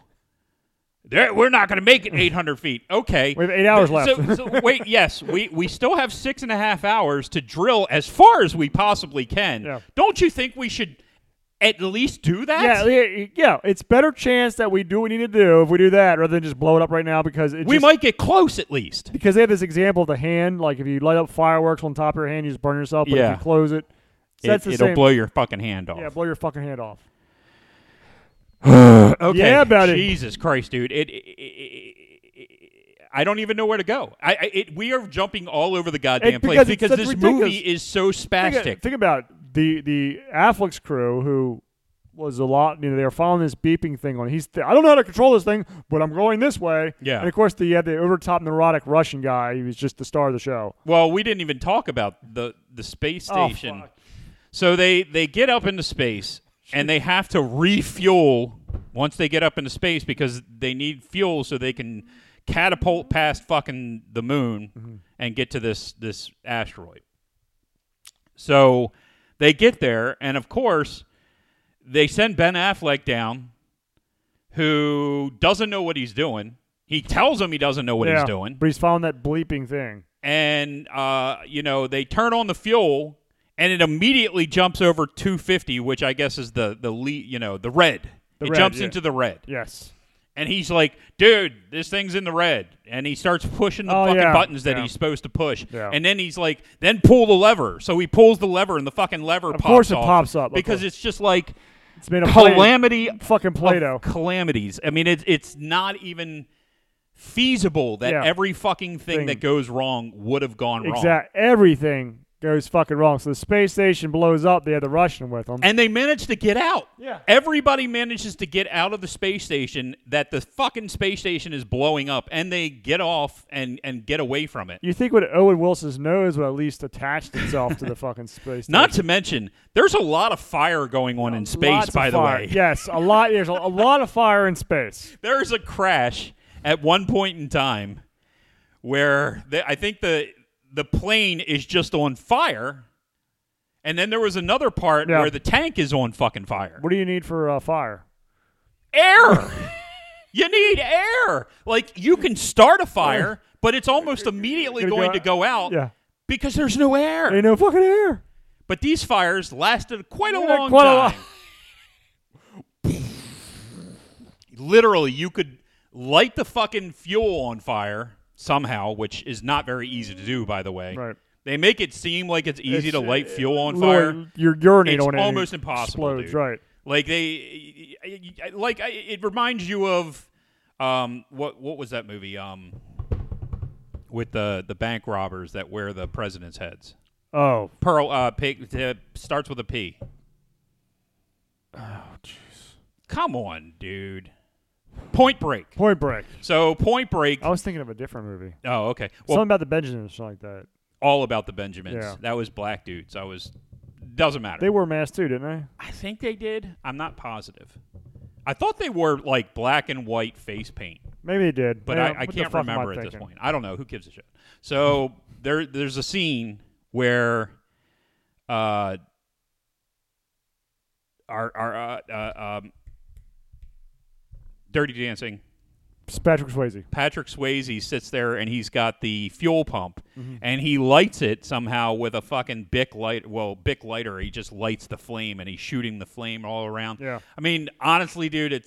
[SPEAKER 2] "There- we're not going to make it 800 feet. Okay.
[SPEAKER 1] We have eight hours
[SPEAKER 2] Th- so-
[SPEAKER 1] left.
[SPEAKER 2] so wait, yes, we, we still have six and a half hours to drill as far as we possibly can.
[SPEAKER 1] Yeah.
[SPEAKER 2] Don't you think we should at least do that?
[SPEAKER 1] Yeah, yeah, yeah, it's better chance that we do what we need to do if we do that rather than just blow it up right now because it
[SPEAKER 2] we
[SPEAKER 1] just,
[SPEAKER 2] might get close at least.
[SPEAKER 1] because they have this example of the hand. Like if you light up fireworks on top of your hand, you just burn yourself. But
[SPEAKER 2] Yeah.
[SPEAKER 1] if you close it, so that's the
[SPEAKER 2] it, will
[SPEAKER 1] same.
[SPEAKER 2] blow your fucking hand off.
[SPEAKER 1] yeah, blow your fucking hand off.
[SPEAKER 2] okay.
[SPEAKER 1] Yeah, buddy.
[SPEAKER 2] Jesus Christ, dude. It, it, I don't even know where to go. I, I it, we are jumping all over the goddamn
[SPEAKER 1] It-
[SPEAKER 2] place
[SPEAKER 1] because it's
[SPEAKER 2] because
[SPEAKER 1] such
[SPEAKER 2] this
[SPEAKER 1] ridiculous-
[SPEAKER 2] movie is so spastic.
[SPEAKER 1] Think, think about it. the the Affleck's crew who was a lot. You know, they were following this beeping thing on. He's I don't know how to control this thing, but I'm going this way.
[SPEAKER 2] Yeah.
[SPEAKER 1] and of course the you had the over top neurotic Russian guy. He was just the star of the show.
[SPEAKER 2] Well, we didn't even talk about the the space
[SPEAKER 1] Oh,
[SPEAKER 2] station.
[SPEAKER 1] fuck.
[SPEAKER 2] so they they get up into space and they have to refuel once they get up into space because they need fuel so they can catapult past fucking the moon
[SPEAKER 1] Mm-hmm.
[SPEAKER 2] and get to this this asteroid. So they get there and of course they send Ben Affleck down who doesn't know what he's doing. He tells him he doesn't know what
[SPEAKER 1] yeah,
[SPEAKER 2] he's doing
[SPEAKER 1] but he's following that bleeping thing.
[SPEAKER 2] and uh, you know they turn on the fuel and it immediately jumps over 250 which i guess is the the le- you know the red
[SPEAKER 1] The
[SPEAKER 2] it
[SPEAKER 1] red,
[SPEAKER 2] jumps
[SPEAKER 1] yeah.
[SPEAKER 2] into the red
[SPEAKER 1] Yes.
[SPEAKER 2] and he's like dude this thing's in the red and he starts pushing the
[SPEAKER 1] Oh,
[SPEAKER 2] fucking
[SPEAKER 1] yeah,
[SPEAKER 2] buttons that
[SPEAKER 1] yeah.
[SPEAKER 2] he's supposed to push
[SPEAKER 1] Yeah.
[SPEAKER 2] and then he's like then pull the lever so he pulls the lever and the fucking lever
[SPEAKER 1] Of
[SPEAKER 2] pops
[SPEAKER 1] course it
[SPEAKER 2] off
[SPEAKER 1] pops up, of
[SPEAKER 2] because
[SPEAKER 1] course.
[SPEAKER 2] it's just like
[SPEAKER 1] It's made a
[SPEAKER 2] calamity
[SPEAKER 1] fucking Play-Doh.
[SPEAKER 2] of calamities. I mean, it's it's not even feasible that
[SPEAKER 1] Yeah.
[SPEAKER 2] every fucking thing,
[SPEAKER 1] Thing.
[SPEAKER 2] that goes wrong would have gone wrong.
[SPEAKER 1] Exact. Everything goes fucking wrong. So the space station blows up. They had the Russian with them.
[SPEAKER 2] And they managed to get out.
[SPEAKER 1] Yeah.
[SPEAKER 2] Everybody manages to get out of the space station that the fucking space station is blowing up and they get off and, and get away from it.
[SPEAKER 1] you think what Owen Wilson's nose would at least attached itself to the fucking space?
[SPEAKER 2] Not
[SPEAKER 1] station.
[SPEAKER 2] to mention, there's a lot of fire going on in space,
[SPEAKER 1] Lots of
[SPEAKER 2] by the
[SPEAKER 1] fire.
[SPEAKER 2] way.
[SPEAKER 1] Yes, a lot. There's a, a lot of fire in space.
[SPEAKER 2] there's a crash at one point in time where the, I think the the plane is just on fire, and then there was another part
[SPEAKER 1] Yeah.
[SPEAKER 2] where the tank is on fucking fire.
[SPEAKER 1] What do you need for uh, fire?
[SPEAKER 2] Air, you need air. Like you can start a fire, but it's almost immediately
[SPEAKER 1] Gonna go
[SPEAKER 2] going
[SPEAKER 1] out-
[SPEAKER 2] to go out
[SPEAKER 1] Yeah,
[SPEAKER 2] because there's no air.
[SPEAKER 1] ain't no fucking air.
[SPEAKER 2] But these fires lasted quite a
[SPEAKER 1] Yeah,
[SPEAKER 2] long
[SPEAKER 1] quite a
[SPEAKER 2] time. Literally, you could light the fucking fuel on fire somehow, which is not very easy to do, by the way.
[SPEAKER 1] Right.
[SPEAKER 2] They make it seem like it's
[SPEAKER 1] It's,
[SPEAKER 2] easy
[SPEAKER 1] uh,
[SPEAKER 2] to light fuel on
[SPEAKER 1] Lord,
[SPEAKER 2] fire.
[SPEAKER 1] You're urinating
[SPEAKER 2] It's
[SPEAKER 1] on it. and
[SPEAKER 2] almost
[SPEAKER 1] it
[SPEAKER 2] impossible,
[SPEAKER 1] Explodes.
[SPEAKER 2] dude.
[SPEAKER 1] Right.
[SPEAKER 2] Like they, like I- it reminds you of, um, what what was that movie? Um, with the the bank robbers that wear the president's heads.
[SPEAKER 1] Oh,
[SPEAKER 2] Pearl uh, pig, uh, starts with a P. Oh, jeez.
[SPEAKER 1] Oh,
[SPEAKER 2] Come on, dude. Point Break.
[SPEAKER 1] Point Break.
[SPEAKER 2] So Point Break.
[SPEAKER 1] I was thinking of a different movie.
[SPEAKER 2] Oh, okay. Well,
[SPEAKER 1] Something about the Benjamins, or something like that.
[SPEAKER 2] all about the Benjamins.
[SPEAKER 1] Yeah.
[SPEAKER 2] That was black dudes. I was. Doesn't matter.
[SPEAKER 1] They wore masks too, didn't they?
[SPEAKER 2] I think they did. I'm not positive. I thought they wore like black and white face paint,
[SPEAKER 1] Maybe they did.
[SPEAKER 2] but
[SPEAKER 1] Man,
[SPEAKER 2] I, I
[SPEAKER 1] what the
[SPEAKER 2] can't
[SPEAKER 1] fuck am
[SPEAKER 2] remember at this
[SPEAKER 1] thinking?
[SPEAKER 2] point. I don't know. Who gives a shit? So there, there's a scene where, uh, our our uh, uh, um, Dirty Dancing
[SPEAKER 1] It's Patrick Swayze.
[SPEAKER 2] Patrick Swayze sits there and he's got the fuel pump
[SPEAKER 1] Mm-hmm.
[SPEAKER 2] and he lights it somehow with a fucking Bic light. Well, Bic lighter. He just lights the flame and he's shooting the flame all around.
[SPEAKER 1] Yeah.
[SPEAKER 2] I mean, honestly, dude, it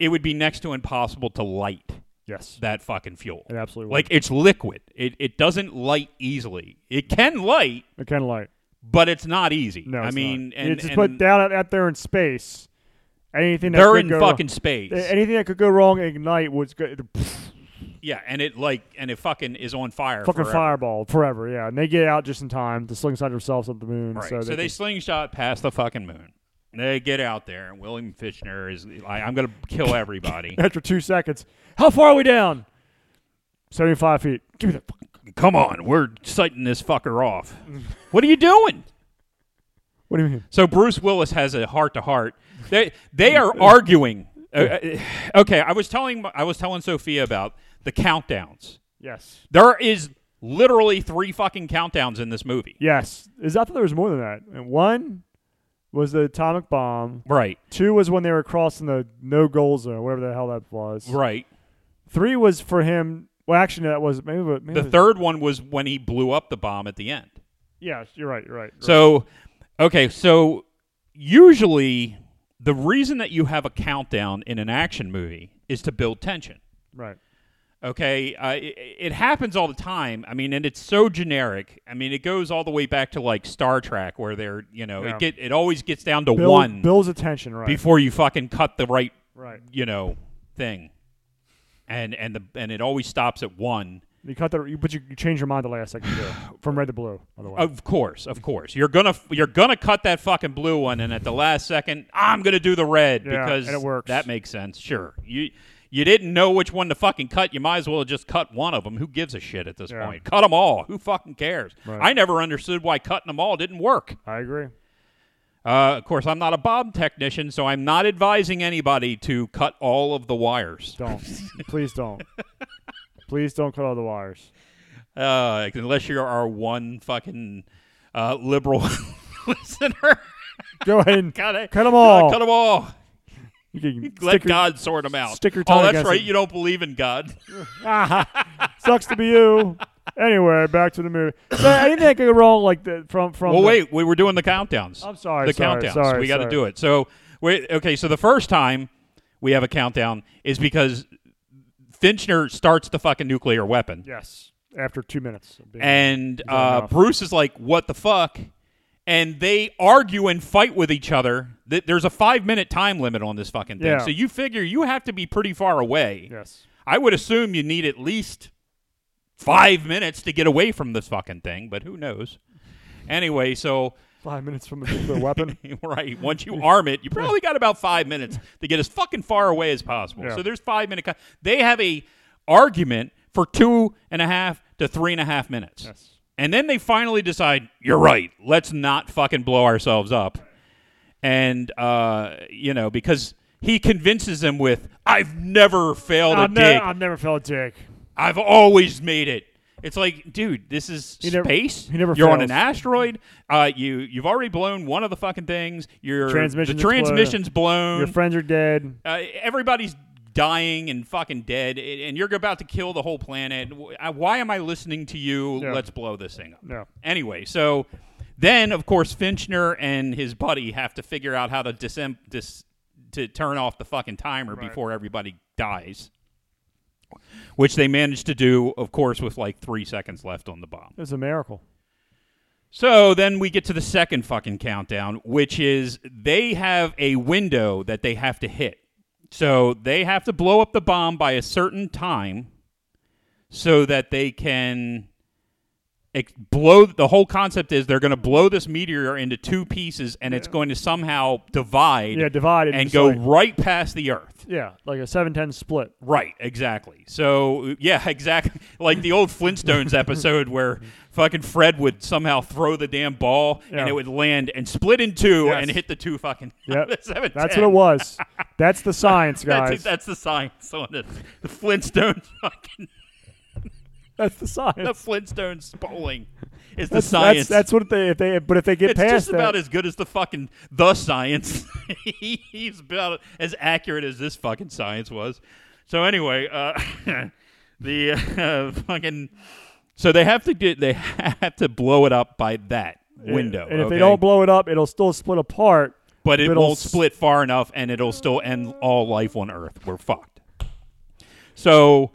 [SPEAKER 2] it would be next to impossible to light
[SPEAKER 1] Yes.
[SPEAKER 2] that fucking fuel.
[SPEAKER 1] It absolutely
[SPEAKER 2] Like it's liquid. It it doesn't light easily. It can light,
[SPEAKER 1] It kind of light.
[SPEAKER 2] but it's not easy.
[SPEAKER 1] No,
[SPEAKER 2] I
[SPEAKER 1] it's
[SPEAKER 2] mean,
[SPEAKER 1] not.
[SPEAKER 2] and,
[SPEAKER 1] you just
[SPEAKER 2] and
[SPEAKER 1] put down out, out there in space. Anything that uh,
[SPEAKER 2] they're
[SPEAKER 1] could
[SPEAKER 2] in
[SPEAKER 1] go
[SPEAKER 2] fucking space.
[SPEAKER 1] wrong, anything that could go wrong, ignite would go
[SPEAKER 2] yeah, and it like and it fucking is on fire.
[SPEAKER 1] fucking
[SPEAKER 2] forever.
[SPEAKER 1] fireball forever. Yeah, and they get out just in time to slingshot themselves up the moon.
[SPEAKER 2] Right.
[SPEAKER 1] So, they, can-
[SPEAKER 2] slingshot past the fucking moon. They get out there, and William Fishner is like, "I'm gonna kill everybody."
[SPEAKER 1] after two seconds, how far are we down? Seventy-five feet. Give me the fuck.
[SPEAKER 2] Come on, we're sighting this fucker off. what are you doing?
[SPEAKER 1] What do you mean?
[SPEAKER 2] So Bruce Willis has a heart to heart. They they are arguing. Uh, uh, okay, I was telling I was telling Sophia about the countdowns.
[SPEAKER 1] Yes.
[SPEAKER 2] There is literally three fucking countdowns in this movie.
[SPEAKER 1] Yes. Is I thought there was more than that. And one was the atomic bomb.
[SPEAKER 2] Right.
[SPEAKER 1] Two was when they were crossing the no goal zone, whatever the hell that was.
[SPEAKER 2] Right.
[SPEAKER 1] Three was for him. Well, actually, no, that was maybe, maybe it
[SPEAKER 2] The
[SPEAKER 1] was-
[SPEAKER 2] third one was when he blew up the bomb at the end.
[SPEAKER 1] Yes, you're right. You're right. you're right.
[SPEAKER 2] So, okay, so usually the reason that you have a countdown in an action movie is to build tension.
[SPEAKER 1] right.
[SPEAKER 2] Okay, uh, it, it happens all the time. I mean, and it's so generic. I mean, it goes all the way back to like Star Trek, where they're you know
[SPEAKER 1] Yeah.
[SPEAKER 2] it get it always gets down to
[SPEAKER 1] Bill,
[SPEAKER 2] one
[SPEAKER 1] Bill's attention. Right.
[SPEAKER 2] before you fucking cut the right
[SPEAKER 1] right.
[SPEAKER 2] you know thing, and and the and it always stops at one.
[SPEAKER 1] You cut that, you, but you, you change your mind the last second too, from red to blue. By the way,
[SPEAKER 2] Of course, of course, you're gonna you're gonna cut that fucking blue one, and at the last second, I'm gonna do the red
[SPEAKER 1] Yeah,
[SPEAKER 2] because
[SPEAKER 1] and it works.
[SPEAKER 2] That makes sense. Sure, you you didn't know which one to fucking cut. You might as well just cut one of them. Who gives a shit at this
[SPEAKER 1] Yeah.
[SPEAKER 2] point? Cut them all. Who fucking cares?
[SPEAKER 1] Right.
[SPEAKER 2] I never understood why cutting them all didn't work.
[SPEAKER 1] I agree.
[SPEAKER 2] Uh, of course, I'm not a bomb technician, so I'm not advising anybody to cut all of the wires
[SPEAKER 1] Don't, please don't, please don't cut all the wires.
[SPEAKER 2] uh, unless you're our one fucking uh, liberal listener.
[SPEAKER 1] Go ahead and
[SPEAKER 2] God, I-
[SPEAKER 1] cut them all.
[SPEAKER 2] Cut them all.
[SPEAKER 1] You can
[SPEAKER 2] Let
[SPEAKER 1] Oh. stick your-
[SPEAKER 2] God sort them out.
[SPEAKER 1] stick your tongue
[SPEAKER 2] oh, that's
[SPEAKER 1] against
[SPEAKER 2] right.
[SPEAKER 1] it.
[SPEAKER 2] You don't believe in God.
[SPEAKER 1] Ah, sucks to be you. Anyway, back to the movie. So anything could go wrong like the, from from.
[SPEAKER 2] well,
[SPEAKER 1] the-
[SPEAKER 2] wait. We were doing the countdowns.
[SPEAKER 1] I'm sorry.
[SPEAKER 2] The
[SPEAKER 1] sorry,
[SPEAKER 2] countdowns.
[SPEAKER 1] Sorry,
[SPEAKER 2] we got to
[SPEAKER 1] sorry.
[SPEAKER 2] do it. So, wait. Okay. So the first time we have a countdown is because Finchner starts the fucking nuclear weapon,
[SPEAKER 1] Yes, after two minutes. of being-
[SPEAKER 2] and
[SPEAKER 1] He's on
[SPEAKER 2] uh,
[SPEAKER 1] and off.
[SPEAKER 2] Bruce is like, "What the fuck?" And they argue and fight with each other. Th- There's a five minute time limit on this fucking thing.
[SPEAKER 1] Yeah.
[SPEAKER 2] So you figure you have to be pretty far away.
[SPEAKER 1] yes,
[SPEAKER 2] I would assume you need at least five minutes to get away from this fucking thing, but who knows? Anyway, so
[SPEAKER 1] five minutes from the nuclear weapon.
[SPEAKER 2] right once you arm it, you probably got about five minutes to get as fucking far away as possible.
[SPEAKER 1] Yeah.
[SPEAKER 2] So there's five minute. co- They have a argument for two and a half to three and a half minutes,
[SPEAKER 1] Yes.
[SPEAKER 2] and then they finally decide, "You're right. Let's not fucking blow ourselves up." And uh, you know because. He convinces them with, "I've never failed a
[SPEAKER 1] I've,
[SPEAKER 2] dig.
[SPEAKER 1] ne- I've never felt a dick.
[SPEAKER 2] I've always made it. It's like, dude, this is
[SPEAKER 1] He never-
[SPEAKER 2] space.
[SPEAKER 1] he never
[SPEAKER 2] You're on
[SPEAKER 1] fails.
[SPEAKER 2] an asteroid. Uh, you you've already blown one of the fucking things. Your
[SPEAKER 1] Transmission's
[SPEAKER 2] the transmission's blown.
[SPEAKER 1] Your friends are dead.
[SPEAKER 2] uh, everybody's dying and fucking dead, and and you're about to kill the whole planet. W- uh, Why am I listening to you?
[SPEAKER 1] Yeah.
[SPEAKER 2] Let's blow this thing up.
[SPEAKER 1] No.
[SPEAKER 2] Anyway, so then of course Finchner and his buddy have to figure out how to disem- dis- to turn off the fucking timer
[SPEAKER 1] Right.
[SPEAKER 2] before everybody dies. Which they managed to do, of course, with like three seconds left on the bomb.
[SPEAKER 1] It was a miracle.
[SPEAKER 2] So then we get to the second fucking countdown, which is they have a window that they have to hit. So they have to blow up the bomb by a certain time so that they can ex- blow. The whole concept is they're going to blow this meteor into two pieces and it's going to somehow divide
[SPEAKER 1] Yeah, divided
[SPEAKER 2] and
[SPEAKER 1] just
[SPEAKER 2] go
[SPEAKER 1] like-
[SPEAKER 2] right past the Earth.
[SPEAKER 1] yeah, like a seven ten split.
[SPEAKER 2] Right, exactly. So yeah, exactly. Like the old Flintstones episode where fucking Fred would somehow throw the damn ball
[SPEAKER 1] Yeah.
[SPEAKER 2] and it would land and split in two
[SPEAKER 1] Yes.
[SPEAKER 2] and hit the two fucking.
[SPEAKER 1] Yep.
[SPEAKER 2] the 7,
[SPEAKER 1] That's
[SPEAKER 2] 10.
[SPEAKER 1] what it was. That's the science, guys.
[SPEAKER 2] That's, that's the science on it. The Flintstones fucking
[SPEAKER 1] That's the science.
[SPEAKER 2] the Flintstones bowling is the
[SPEAKER 1] that's,
[SPEAKER 2] science.
[SPEAKER 1] That's, that's what they if they but if they get
[SPEAKER 2] it's
[SPEAKER 1] past
[SPEAKER 2] just
[SPEAKER 1] that,
[SPEAKER 2] about as good as the fucking the science. He's about as accurate as this fucking science was. So anyway, uh, the uh, fucking so they have to get they have to blow it up by that window.
[SPEAKER 1] And if
[SPEAKER 2] okay?
[SPEAKER 1] they don't blow it up, it'll still split apart.
[SPEAKER 2] but it
[SPEAKER 1] it'll
[SPEAKER 2] won't
[SPEAKER 1] s-
[SPEAKER 2] split far enough, and it'll still end all life on Earth. We're fucked. So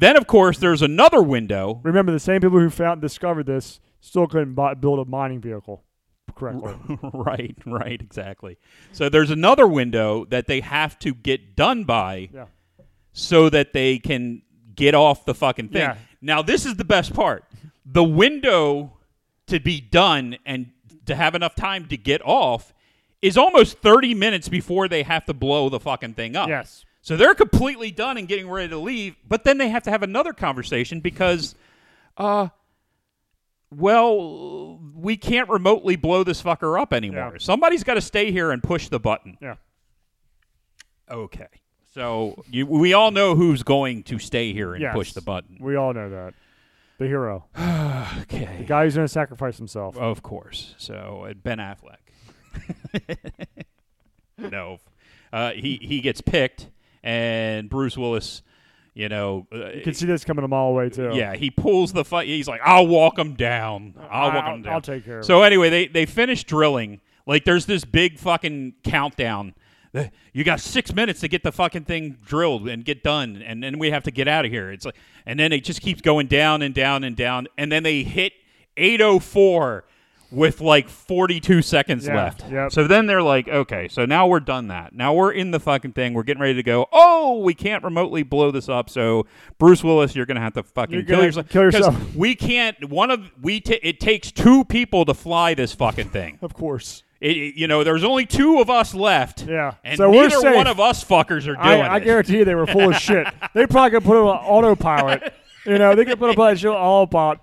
[SPEAKER 2] then, of course, there's another window.
[SPEAKER 1] Remember, the same people who found discovered this still couldn't buy, build a mining vehicle correctly.
[SPEAKER 2] right, right, exactly. So there's another window that they have to get done by
[SPEAKER 1] yeah,
[SPEAKER 2] so that they can get off the fucking thing.
[SPEAKER 1] Yeah.
[SPEAKER 2] Now, this is the best part. The window to be done and to have enough time to get off is almost 30 minutes before they have to blow the fucking thing up.
[SPEAKER 1] Yes.
[SPEAKER 2] So they're completely done and getting ready to leave, but then they have to have another conversation because uh well, we can't remotely blow this fucker up anymore.
[SPEAKER 1] Yeah.
[SPEAKER 2] Somebody's got to stay here and push the button.
[SPEAKER 1] yeah.
[SPEAKER 2] Okay. So you, we all know who's going to stay here and
[SPEAKER 1] Yes.
[SPEAKER 2] push the button.
[SPEAKER 1] We all know that. The hero,
[SPEAKER 2] Okay.
[SPEAKER 1] guy who's going to sacrifice himself.
[SPEAKER 2] Of course. So uh, Ben Affleck. no, uh, he he gets picked, and Bruce Willis You know, uh,
[SPEAKER 1] You can see this coming a mile away too.
[SPEAKER 2] yeah, he pulls the fight. He's like, "I'll walk him down. I'll walk him down."
[SPEAKER 1] I'll take care of
[SPEAKER 2] So anyway, they they finish drilling. Like there's this big fucking countdown. The- You got six minutes to get the fucking thing drilled and get done, and then we have to get out of here. It's like, and then it just keeps going down and down and down, and then they hit 804 with like 42 seconds
[SPEAKER 1] Yeah,
[SPEAKER 2] left.
[SPEAKER 1] yep.
[SPEAKER 2] So then they're like, okay, so now we're done that. Now we're in the fucking thing. We're getting ready to go. Oh, we can't remotely blow this up. So Bruce Willis, you're gonna have to fucking
[SPEAKER 1] You're
[SPEAKER 2] kill
[SPEAKER 1] gonna
[SPEAKER 2] yourself.
[SPEAKER 1] kill
[SPEAKER 2] 'Cause
[SPEAKER 1] yourself.
[SPEAKER 2] we can't. One of we. T- it takes two people to fly this fucking thing.
[SPEAKER 1] it. Of course.
[SPEAKER 2] It, it- you know, there's only two of us left.
[SPEAKER 1] Yeah.
[SPEAKER 2] and
[SPEAKER 1] So we're
[SPEAKER 2] neither
[SPEAKER 1] safe.
[SPEAKER 2] one of us fuckers are doing
[SPEAKER 1] I, I
[SPEAKER 2] it.
[SPEAKER 1] guarantee you they were full of shit. They probably could put it on autopilot. You know, they could put a bunch of shit on autopilot.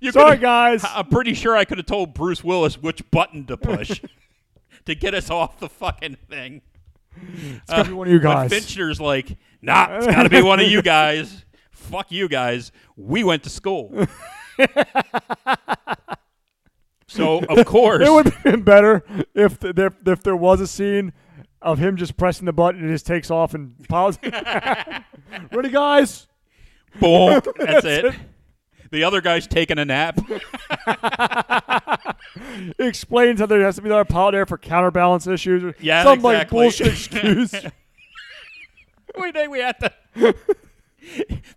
[SPEAKER 2] You
[SPEAKER 1] Sorry,
[SPEAKER 2] could've-
[SPEAKER 1] guys.
[SPEAKER 2] I- I'm pretty sure I could have told Bruce Willis which button to push to get us off the fucking thing.
[SPEAKER 1] It's gonna be one of you
[SPEAKER 2] But
[SPEAKER 1] guys.
[SPEAKER 2] Fincher's like, nah, it's got to be one of you guys. Fuck you guys. We went to school. so of course,
[SPEAKER 1] It would have been better if, th- if if there was a scene of him just pressing the button and it just takes off and piles. Ready, guys?
[SPEAKER 2] boom. That's, it. The other guy's taking a nap.
[SPEAKER 1] It explains how there has to be another pilot there for counterbalance issues. Or
[SPEAKER 2] Yeah,
[SPEAKER 1] some like
[SPEAKER 2] exactly.
[SPEAKER 1] bullshit excuse.
[SPEAKER 2] we think we had to.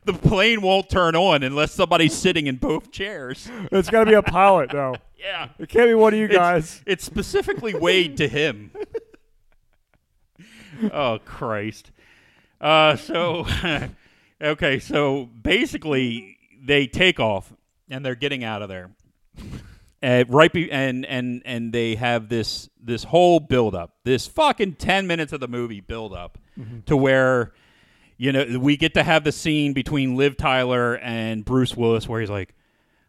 [SPEAKER 2] the plane won't turn on unless somebody's sitting in both chairs.
[SPEAKER 1] it's got to be a pilot though.
[SPEAKER 2] Yeah.
[SPEAKER 1] It can't be one of you guys.
[SPEAKER 2] It's, it's specifically weighed to him. oh Christ! Uh, so okay, so basically they take off and they're getting out of there. Uh, right be- and and and they have this this whole build up, this fucking ten minutes of the movie build up
[SPEAKER 1] Mm-hmm.
[SPEAKER 2] to where you know we get to have the scene between Liv Tyler and Bruce Willis where he's like,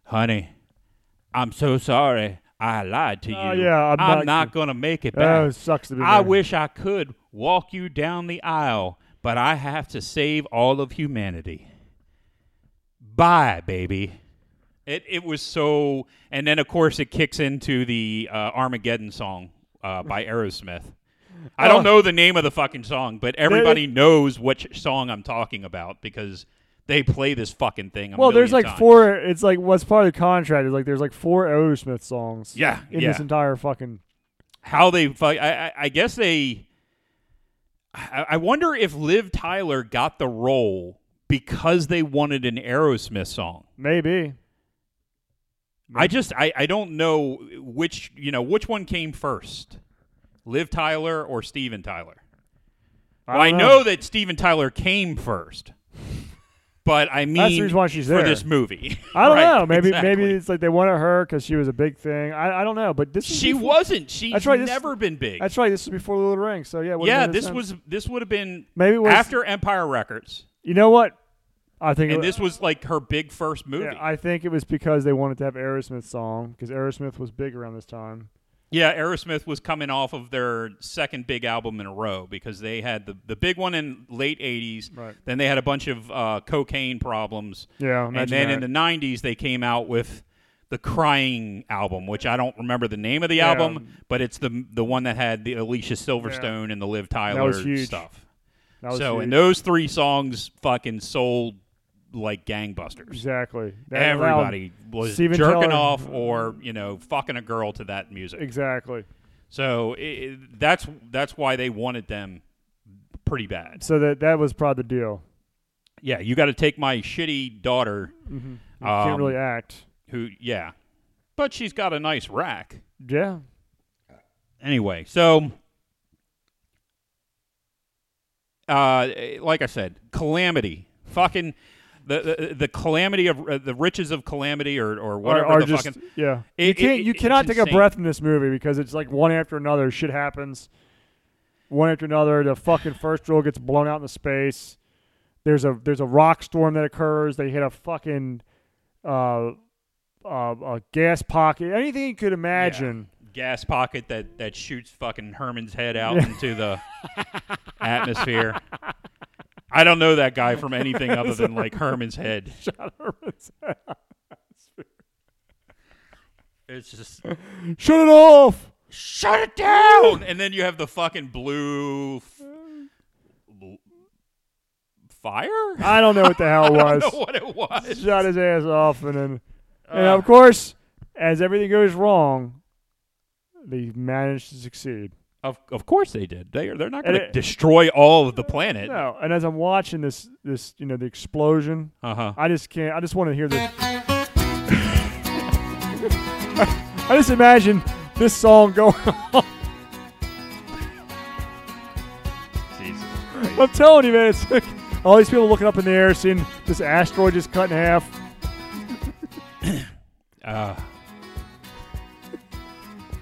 [SPEAKER 2] "Honey, I'm so sorry." I lied to you.
[SPEAKER 1] Oh, yeah, I'm
[SPEAKER 2] I'm
[SPEAKER 1] not-
[SPEAKER 2] not gonna make it back.
[SPEAKER 1] Oh, it sucks to be.
[SPEAKER 2] I
[SPEAKER 1] there.
[SPEAKER 2] wish I could walk you down the aisle, but I have to save all of humanity. Bye, baby. It it was so, and then of course it kicks into the uh, Armageddon song uh, by Aerosmith. I
[SPEAKER 1] Oh.
[SPEAKER 2] don't know the name of the fucking song, but everybody knows which song I'm talking about because they play this fucking thing. A
[SPEAKER 1] Well, there's like
[SPEAKER 2] million times.
[SPEAKER 1] four. It's like what's part of the contract is like there's like four Aerosmith songs.
[SPEAKER 2] Yeah,
[SPEAKER 1] in
[SPEAKER 2] yeah.
[SPEAKER 1] this entire fucking.
[SPEAKER 2] how they fight. I, I, I guess they. I, I wonder if Liv Tyler got the role because they wanted an Aerosmith song.
[SPEAKER 1] Maybe.
[SPEAKER 2] I just I, I don't know which you know which one came first, Liv Tyler or Steven Tyler. Well, I
[SPEAKER 1] don't
[SPEAKER 2] know. that Steven Tyler came first, but I mean
[SPEAKER 1] reason why she's
[SPEAKER 2] for
[SPEAKER 1] there.
[SPEAKER 2] this movie.
[SPEAKER 1] I don't
[SPEAKER 2] Right,
[SPEAKER 1] know. Maybe
[SPEAKER 2] exactly.
[SPEAKER 1] maybe it's like they wanted her because she was a big thing. I, I don't know. But this is
[SPEAKER 2] she
[SPEAKER 1] before-
[SPEAKER 2] wasn't. She's
[SPEAKER 1] That's right, this-
[SPEAKER 2] never been big.
[SPEAKER 1] That's right. This was before Lord of the Rings. So yeah. it would've
[SPEAKER 2] yeah,
[SPEAKER 1] made
[SPEAKER 2] this
[SPEAKER 1] sense.
[SPEAKER 2] was this would have been
[SPEAKER 1] maybe it was
[SPEAKER 2] after Empire Records.
[SPEAKER 1] You know what? I think. it
[SPEAKER 2] and
[SPEAKER 1] wa-
[SPEAKER 2] this was like her big first movie.
[SPEAKER 1] yeah, I think it was because they wanted to have Aerosmith song because Aerosmith was big around this time.
[SPEAKER 2] yeah, Aerosmith was coming off of their second big album in a row because they had the, the big one in late '80s.
[SPEAKER 1] Right.
[SPEAKER 2] Then they had a bunch of uh, cocaine problems,
[SPEAKER 1] Yeah.
[SPEAKER 2] and
[SPEAKER 1] imagine
[SPEAKER 2] then
[SPEAKER 1] that.
[SPEAKER 2] in the '90s they came out with the Crying album, which I don't remember the name of the album, but it's the the one that had the Alicia Silverstone and the Liv Tyler
[SPEAKER 1] was huge.
[SPEAKER 2] stuff.
[SPEAKER 1] That was
[SPEAKER 2] so and
[SPEAKER 1] huge.
[SPEAKER 2] those three songs fucking sold like gangbusters.
[SPEAKER 1] exactly That allowed-
[SPEAKER 2] everybody was
[SPEAKER 1] Steven
[SPEAKER 2] jerking
[SPEAKER 1] Tyler.
[SPEAKER 2] off or you know fucking a girl to that music.
[SPEAKER 1] exactly.
[SPEAKER 2] So i i that's that's why they wanted them pretty bad.
[SPEAKER 1] So that that was probably the deal.
[SPEAKER 2] Yeah, you got to take my shitty daughter,
[SPEAKER 1] You can't
[SPEAKER 2] Um,
[SPEAKER 1] really act.
[SPEAKER 2] who yeah, but she's got a nice rack
[SPEAKER 1] Yeah.
[SPEAKER 2] anyway. So. Uh, like I said, calamity, fucking the the, the calamity of uh, the riches of calamity, or or whatever
[SPEAKER 1] are,
[SPEAKER 2] the
[SPEAKER 1] just,
[SPEAKER 2] fucking
[SPEAKER 1] yeah.
[SPEAKER 2] It-
[SPEAKER 1] you can't.
[SPEAKER 2] it-
[SPEAKER 1] you
[SPEAKER 2] it's
[SPEAKER 1] cannot take a
[SPEAKER 2] insane.
[SPEAKER 1] breath in this movie because it's like one after another. Shit happens, one after another. The fucking first drill gets blown out into space. There's a there's a rock storm that occurs. They hit a fucking uh, uh, a gas pocket. Anything you could imagine.
[SPEAKER 2] gas pocket that that shoots fucking Herman's head out into the atmosphere. I don't know that guy from anything other than like Herman's head. It's just oh,
[SPEAKER 1] Shut it off.
[SPEAKER 2] shut it down, and then you have the fucking blue. f- bl- fire?
[SPEAKER 1] I don't know what the hell it
[SPEAKER 2] I
[SPEAKER 1] was.
[SPEAKER 2] don't know what it was.
[SPEAKER 1] Shot his ass off, and then and
[SPEAKER 2] Uh,
[SPEAKER 1] of course, as everything goes wrong, they manage to succeed.
[SPEAKER 2] Of of course they did. They are they're not
[SPEAKER 1] And
[SPEAKER 2] going to
[SPEAKER 1] it-
[SPEAKER 2] destroy all of the planet.
[SPEAKER 1] No, and as I'm watching this, this you know the explosion,
[SPEAKER 2] Uh huh.
[SPEAKER 1] I just can't. I just want to hear the. I just imagine this song going on.
[SPEAKER 2] Jesus Christ.
[SPEAKER 1] I'm telling you, man, it's like all these people looking up in the air, seeing this asteroid just cut in half.
[SPEAKER 2] Uh,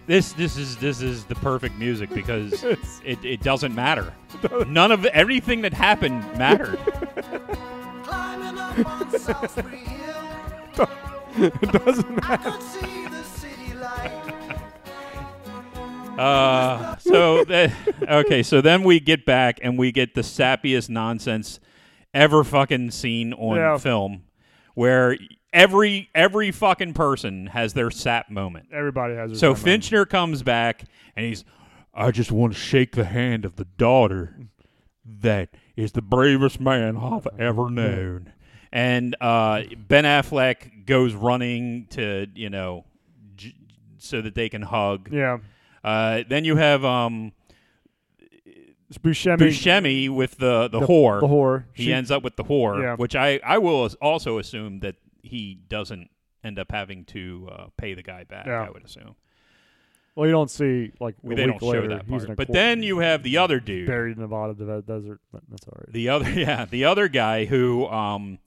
[SPEAKER 2] this this is this is the perfect music because
[SPEAKER 1] It's-
[SPEAKER 2] it, it doesn't matter. None of everything that happened mattered.
[SPEAKER 3] Climbing up on Salisbury Hill,
[SPEAKER 1] it doesn't matter.
[SPEAKER 3] I could see the city light.
[SPEAKER 2] Uh, so that, okay, so then we get back and we get the sappiest nonsense ever fucking seen on
[SPEAKER 1] Yeah.
[SPEAKER 2] film, where every every fucking person has their sap moment.
[SPEAKER 1] Everybody has. their
[SPEAKER 2] So
[SPEAKER 1] time, man.
[SPEAKER 2] Finchner comes back and he's, I just want to shake the hand of the daughter that is the bravest man I've ever known. And uh, Ben Affleck goes running to, you know, j- so that they can hug.
[SPEAKER 1] Yeah,
[SPEAKER 2] Uh, then you have um,
[SPEAKER 1] it's Buscemi.
[SPEAKER 2] Buscemi with the, the, whore.
[SPEAKER 1] The whore.
[SPEAKER 2] He
[SPEAKER 1] She-
[SPEAKER 2] ends up with the whore,
[SPEAKER 1] Yeah.
[SPEAKER 2] which I, I will as- also assume that he doesn't end up having to uh, pay the guy back,
[SPEAKER 1] Yeah.
[SPEAKER 2] I would assume.
[SPEAKER 1] Well, you don't see like a
[SPEAKER 2] they
[SPEAKER 1] week
[SPEAKER 2] don't show
[SPEAKER 1] later.
[SPEAKER 2] that
[SPEAKER 1] he's
[SPEAKER 2] part.
[SPEAKER 1] in a
[SPEAKER 2] But
[SPEAKER 1] cor-
[SPEAKER 2] then you have the other dude,
[SPEAKER 1] buried in the bottom of the desert. But that's all right.
[SPEAKER 2] the other yeah, the other guy who um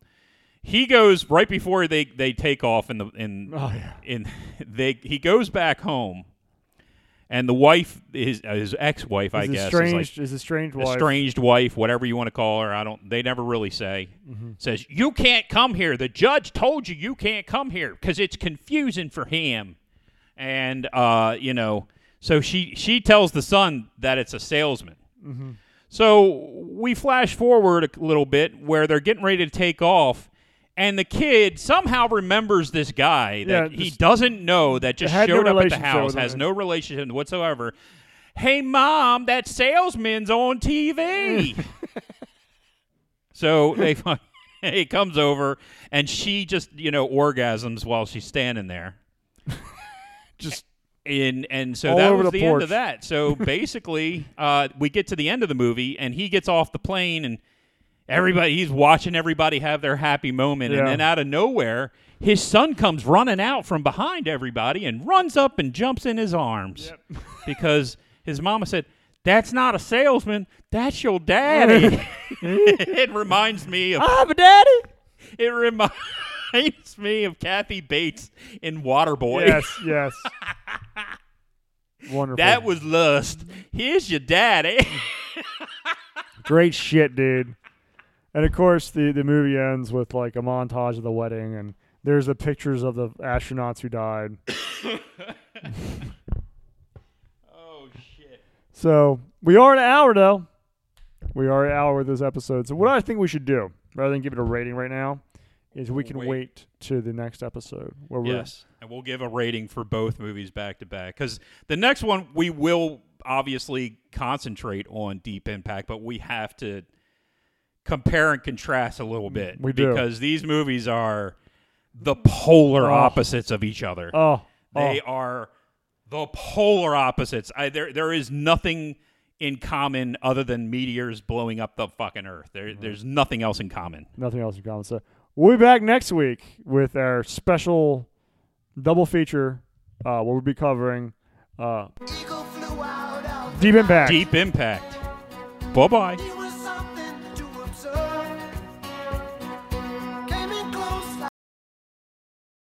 [SPEAKER 2] he goes right before they they take off in the in
[SPEAKER 1] Oh yeah.
[SPEAKER 2] in they he goes back home, and the wife his uh, his ex wife I
[SPEAKER 1] is
[SPEAKER 2] guess is like
[SPEAKER 1] estranged is estranged wife.
[SPEAKER 2] estranged wife, whatever you want to call her. I don't. They never really say.
[SPEAKER 1] Mm-hmm.
[SPEAKER 2] Says you can't come here. The judge told you you can't come here because it's confusing for him. And uh, you know, so she she tells the son that it's a salesman.
[SPEAKER 1] Mm-hmm.
[SPEAKER 2] So we flash forward a little bit where they're getting ready to take off. And the kid somehow remembers this guy that
[SPEAKER 1] Yeah,
[SPEAKER 2] he
[SPEAKER 1] just-
[SPEAKER 2] doesn't know that just
[SPEAKER 1] Had no
[SPEAKER 2] showed up at the
[SPEAKER 1] relationship
[SPEAKER 2] house,
[SPEAKER 1] with him.
[SPEAKER 2] has no relationship whatsoever. Hey, mom, that salesman's on TV. so they, fu- he comes over, and she just you know orgasms while she's standing there.
[SPEAKER 1] Just
[SPEAKER 2] And and so
[SPEAKER 1] All
[SPEAKER 2] that
[SPEAKER 1] over
[SPEAKER 2] was
[SPEAKER 1] the
[SPEAKER 2] the, end
[SPEAKER 1] porch.
[SPEAKER 2] of that. So basically, uh, we get to the end of the movie, and he gets off the plane, and everybody he's watching everybody have their happy moment,
[SPEAKER 1] Yeah.
[SPEAKER 2] and then out of nowhere, his son comes running out from behind everybody and runs up and jumps in his arms because his mama said. That's not a salesman. That's your daddy. it reminds me of
[SPEAKER 1] I'm a daddy.
[SPEAKER 2] it reminds me of Kathy Bates in Waterboy.
[SPEAKER 1] Yes, yes. Wonderful.
[SPEAKER 2] That was lust. Here's your daddy.
[SPEAKER 1] great shit, dude. And of course, the the movie ends with like a montage of the wedding, and there's the pictures of the astronauts who died.
[SPEAKER 2] oh shit.
[SPEAKER 1] So we are at an hour though. We are at an hour with this episode. So what I think we should do, rather than give it a rating right now, is we can
[SPEAKER 2] Wait.
[SPEAKER 1] wait, to the next episode where we're
[SPEAKER 2] Yes. And we'll give a rating for both movies back to back cuz the next one we will obviously concentrate on Deep Impact, but we have to compare and contrast a little bit
[SPEAKER 1] We do.
[SPEAKER 2] because these movies are the polar
[SPEAKER 1] Oh.
[SPEAKER 2] opposites of each other.
[SPEAKER 1] oh,
[SPEAKER 2] They
[SPEAKER 1] oh,
[SPEAKER 2] are the polar opposites. I, there, there is nothing in common other than meteors blowing up the fucking earth. There,
[SPEAKER 1] Mm-hmm.
[SPEAKER 2] There's nothing else in common.
[SPEAKER 1] nothing else in common. So we'll be back next week with our special double feature uh, where we'll be covering uh,
[SPEAKER 3] Eagle flew out of
[SPEAKER 1] Deep Impact.
[SPEAKER 2] Deep impact. Bye bye.
[SPEAKER 3] the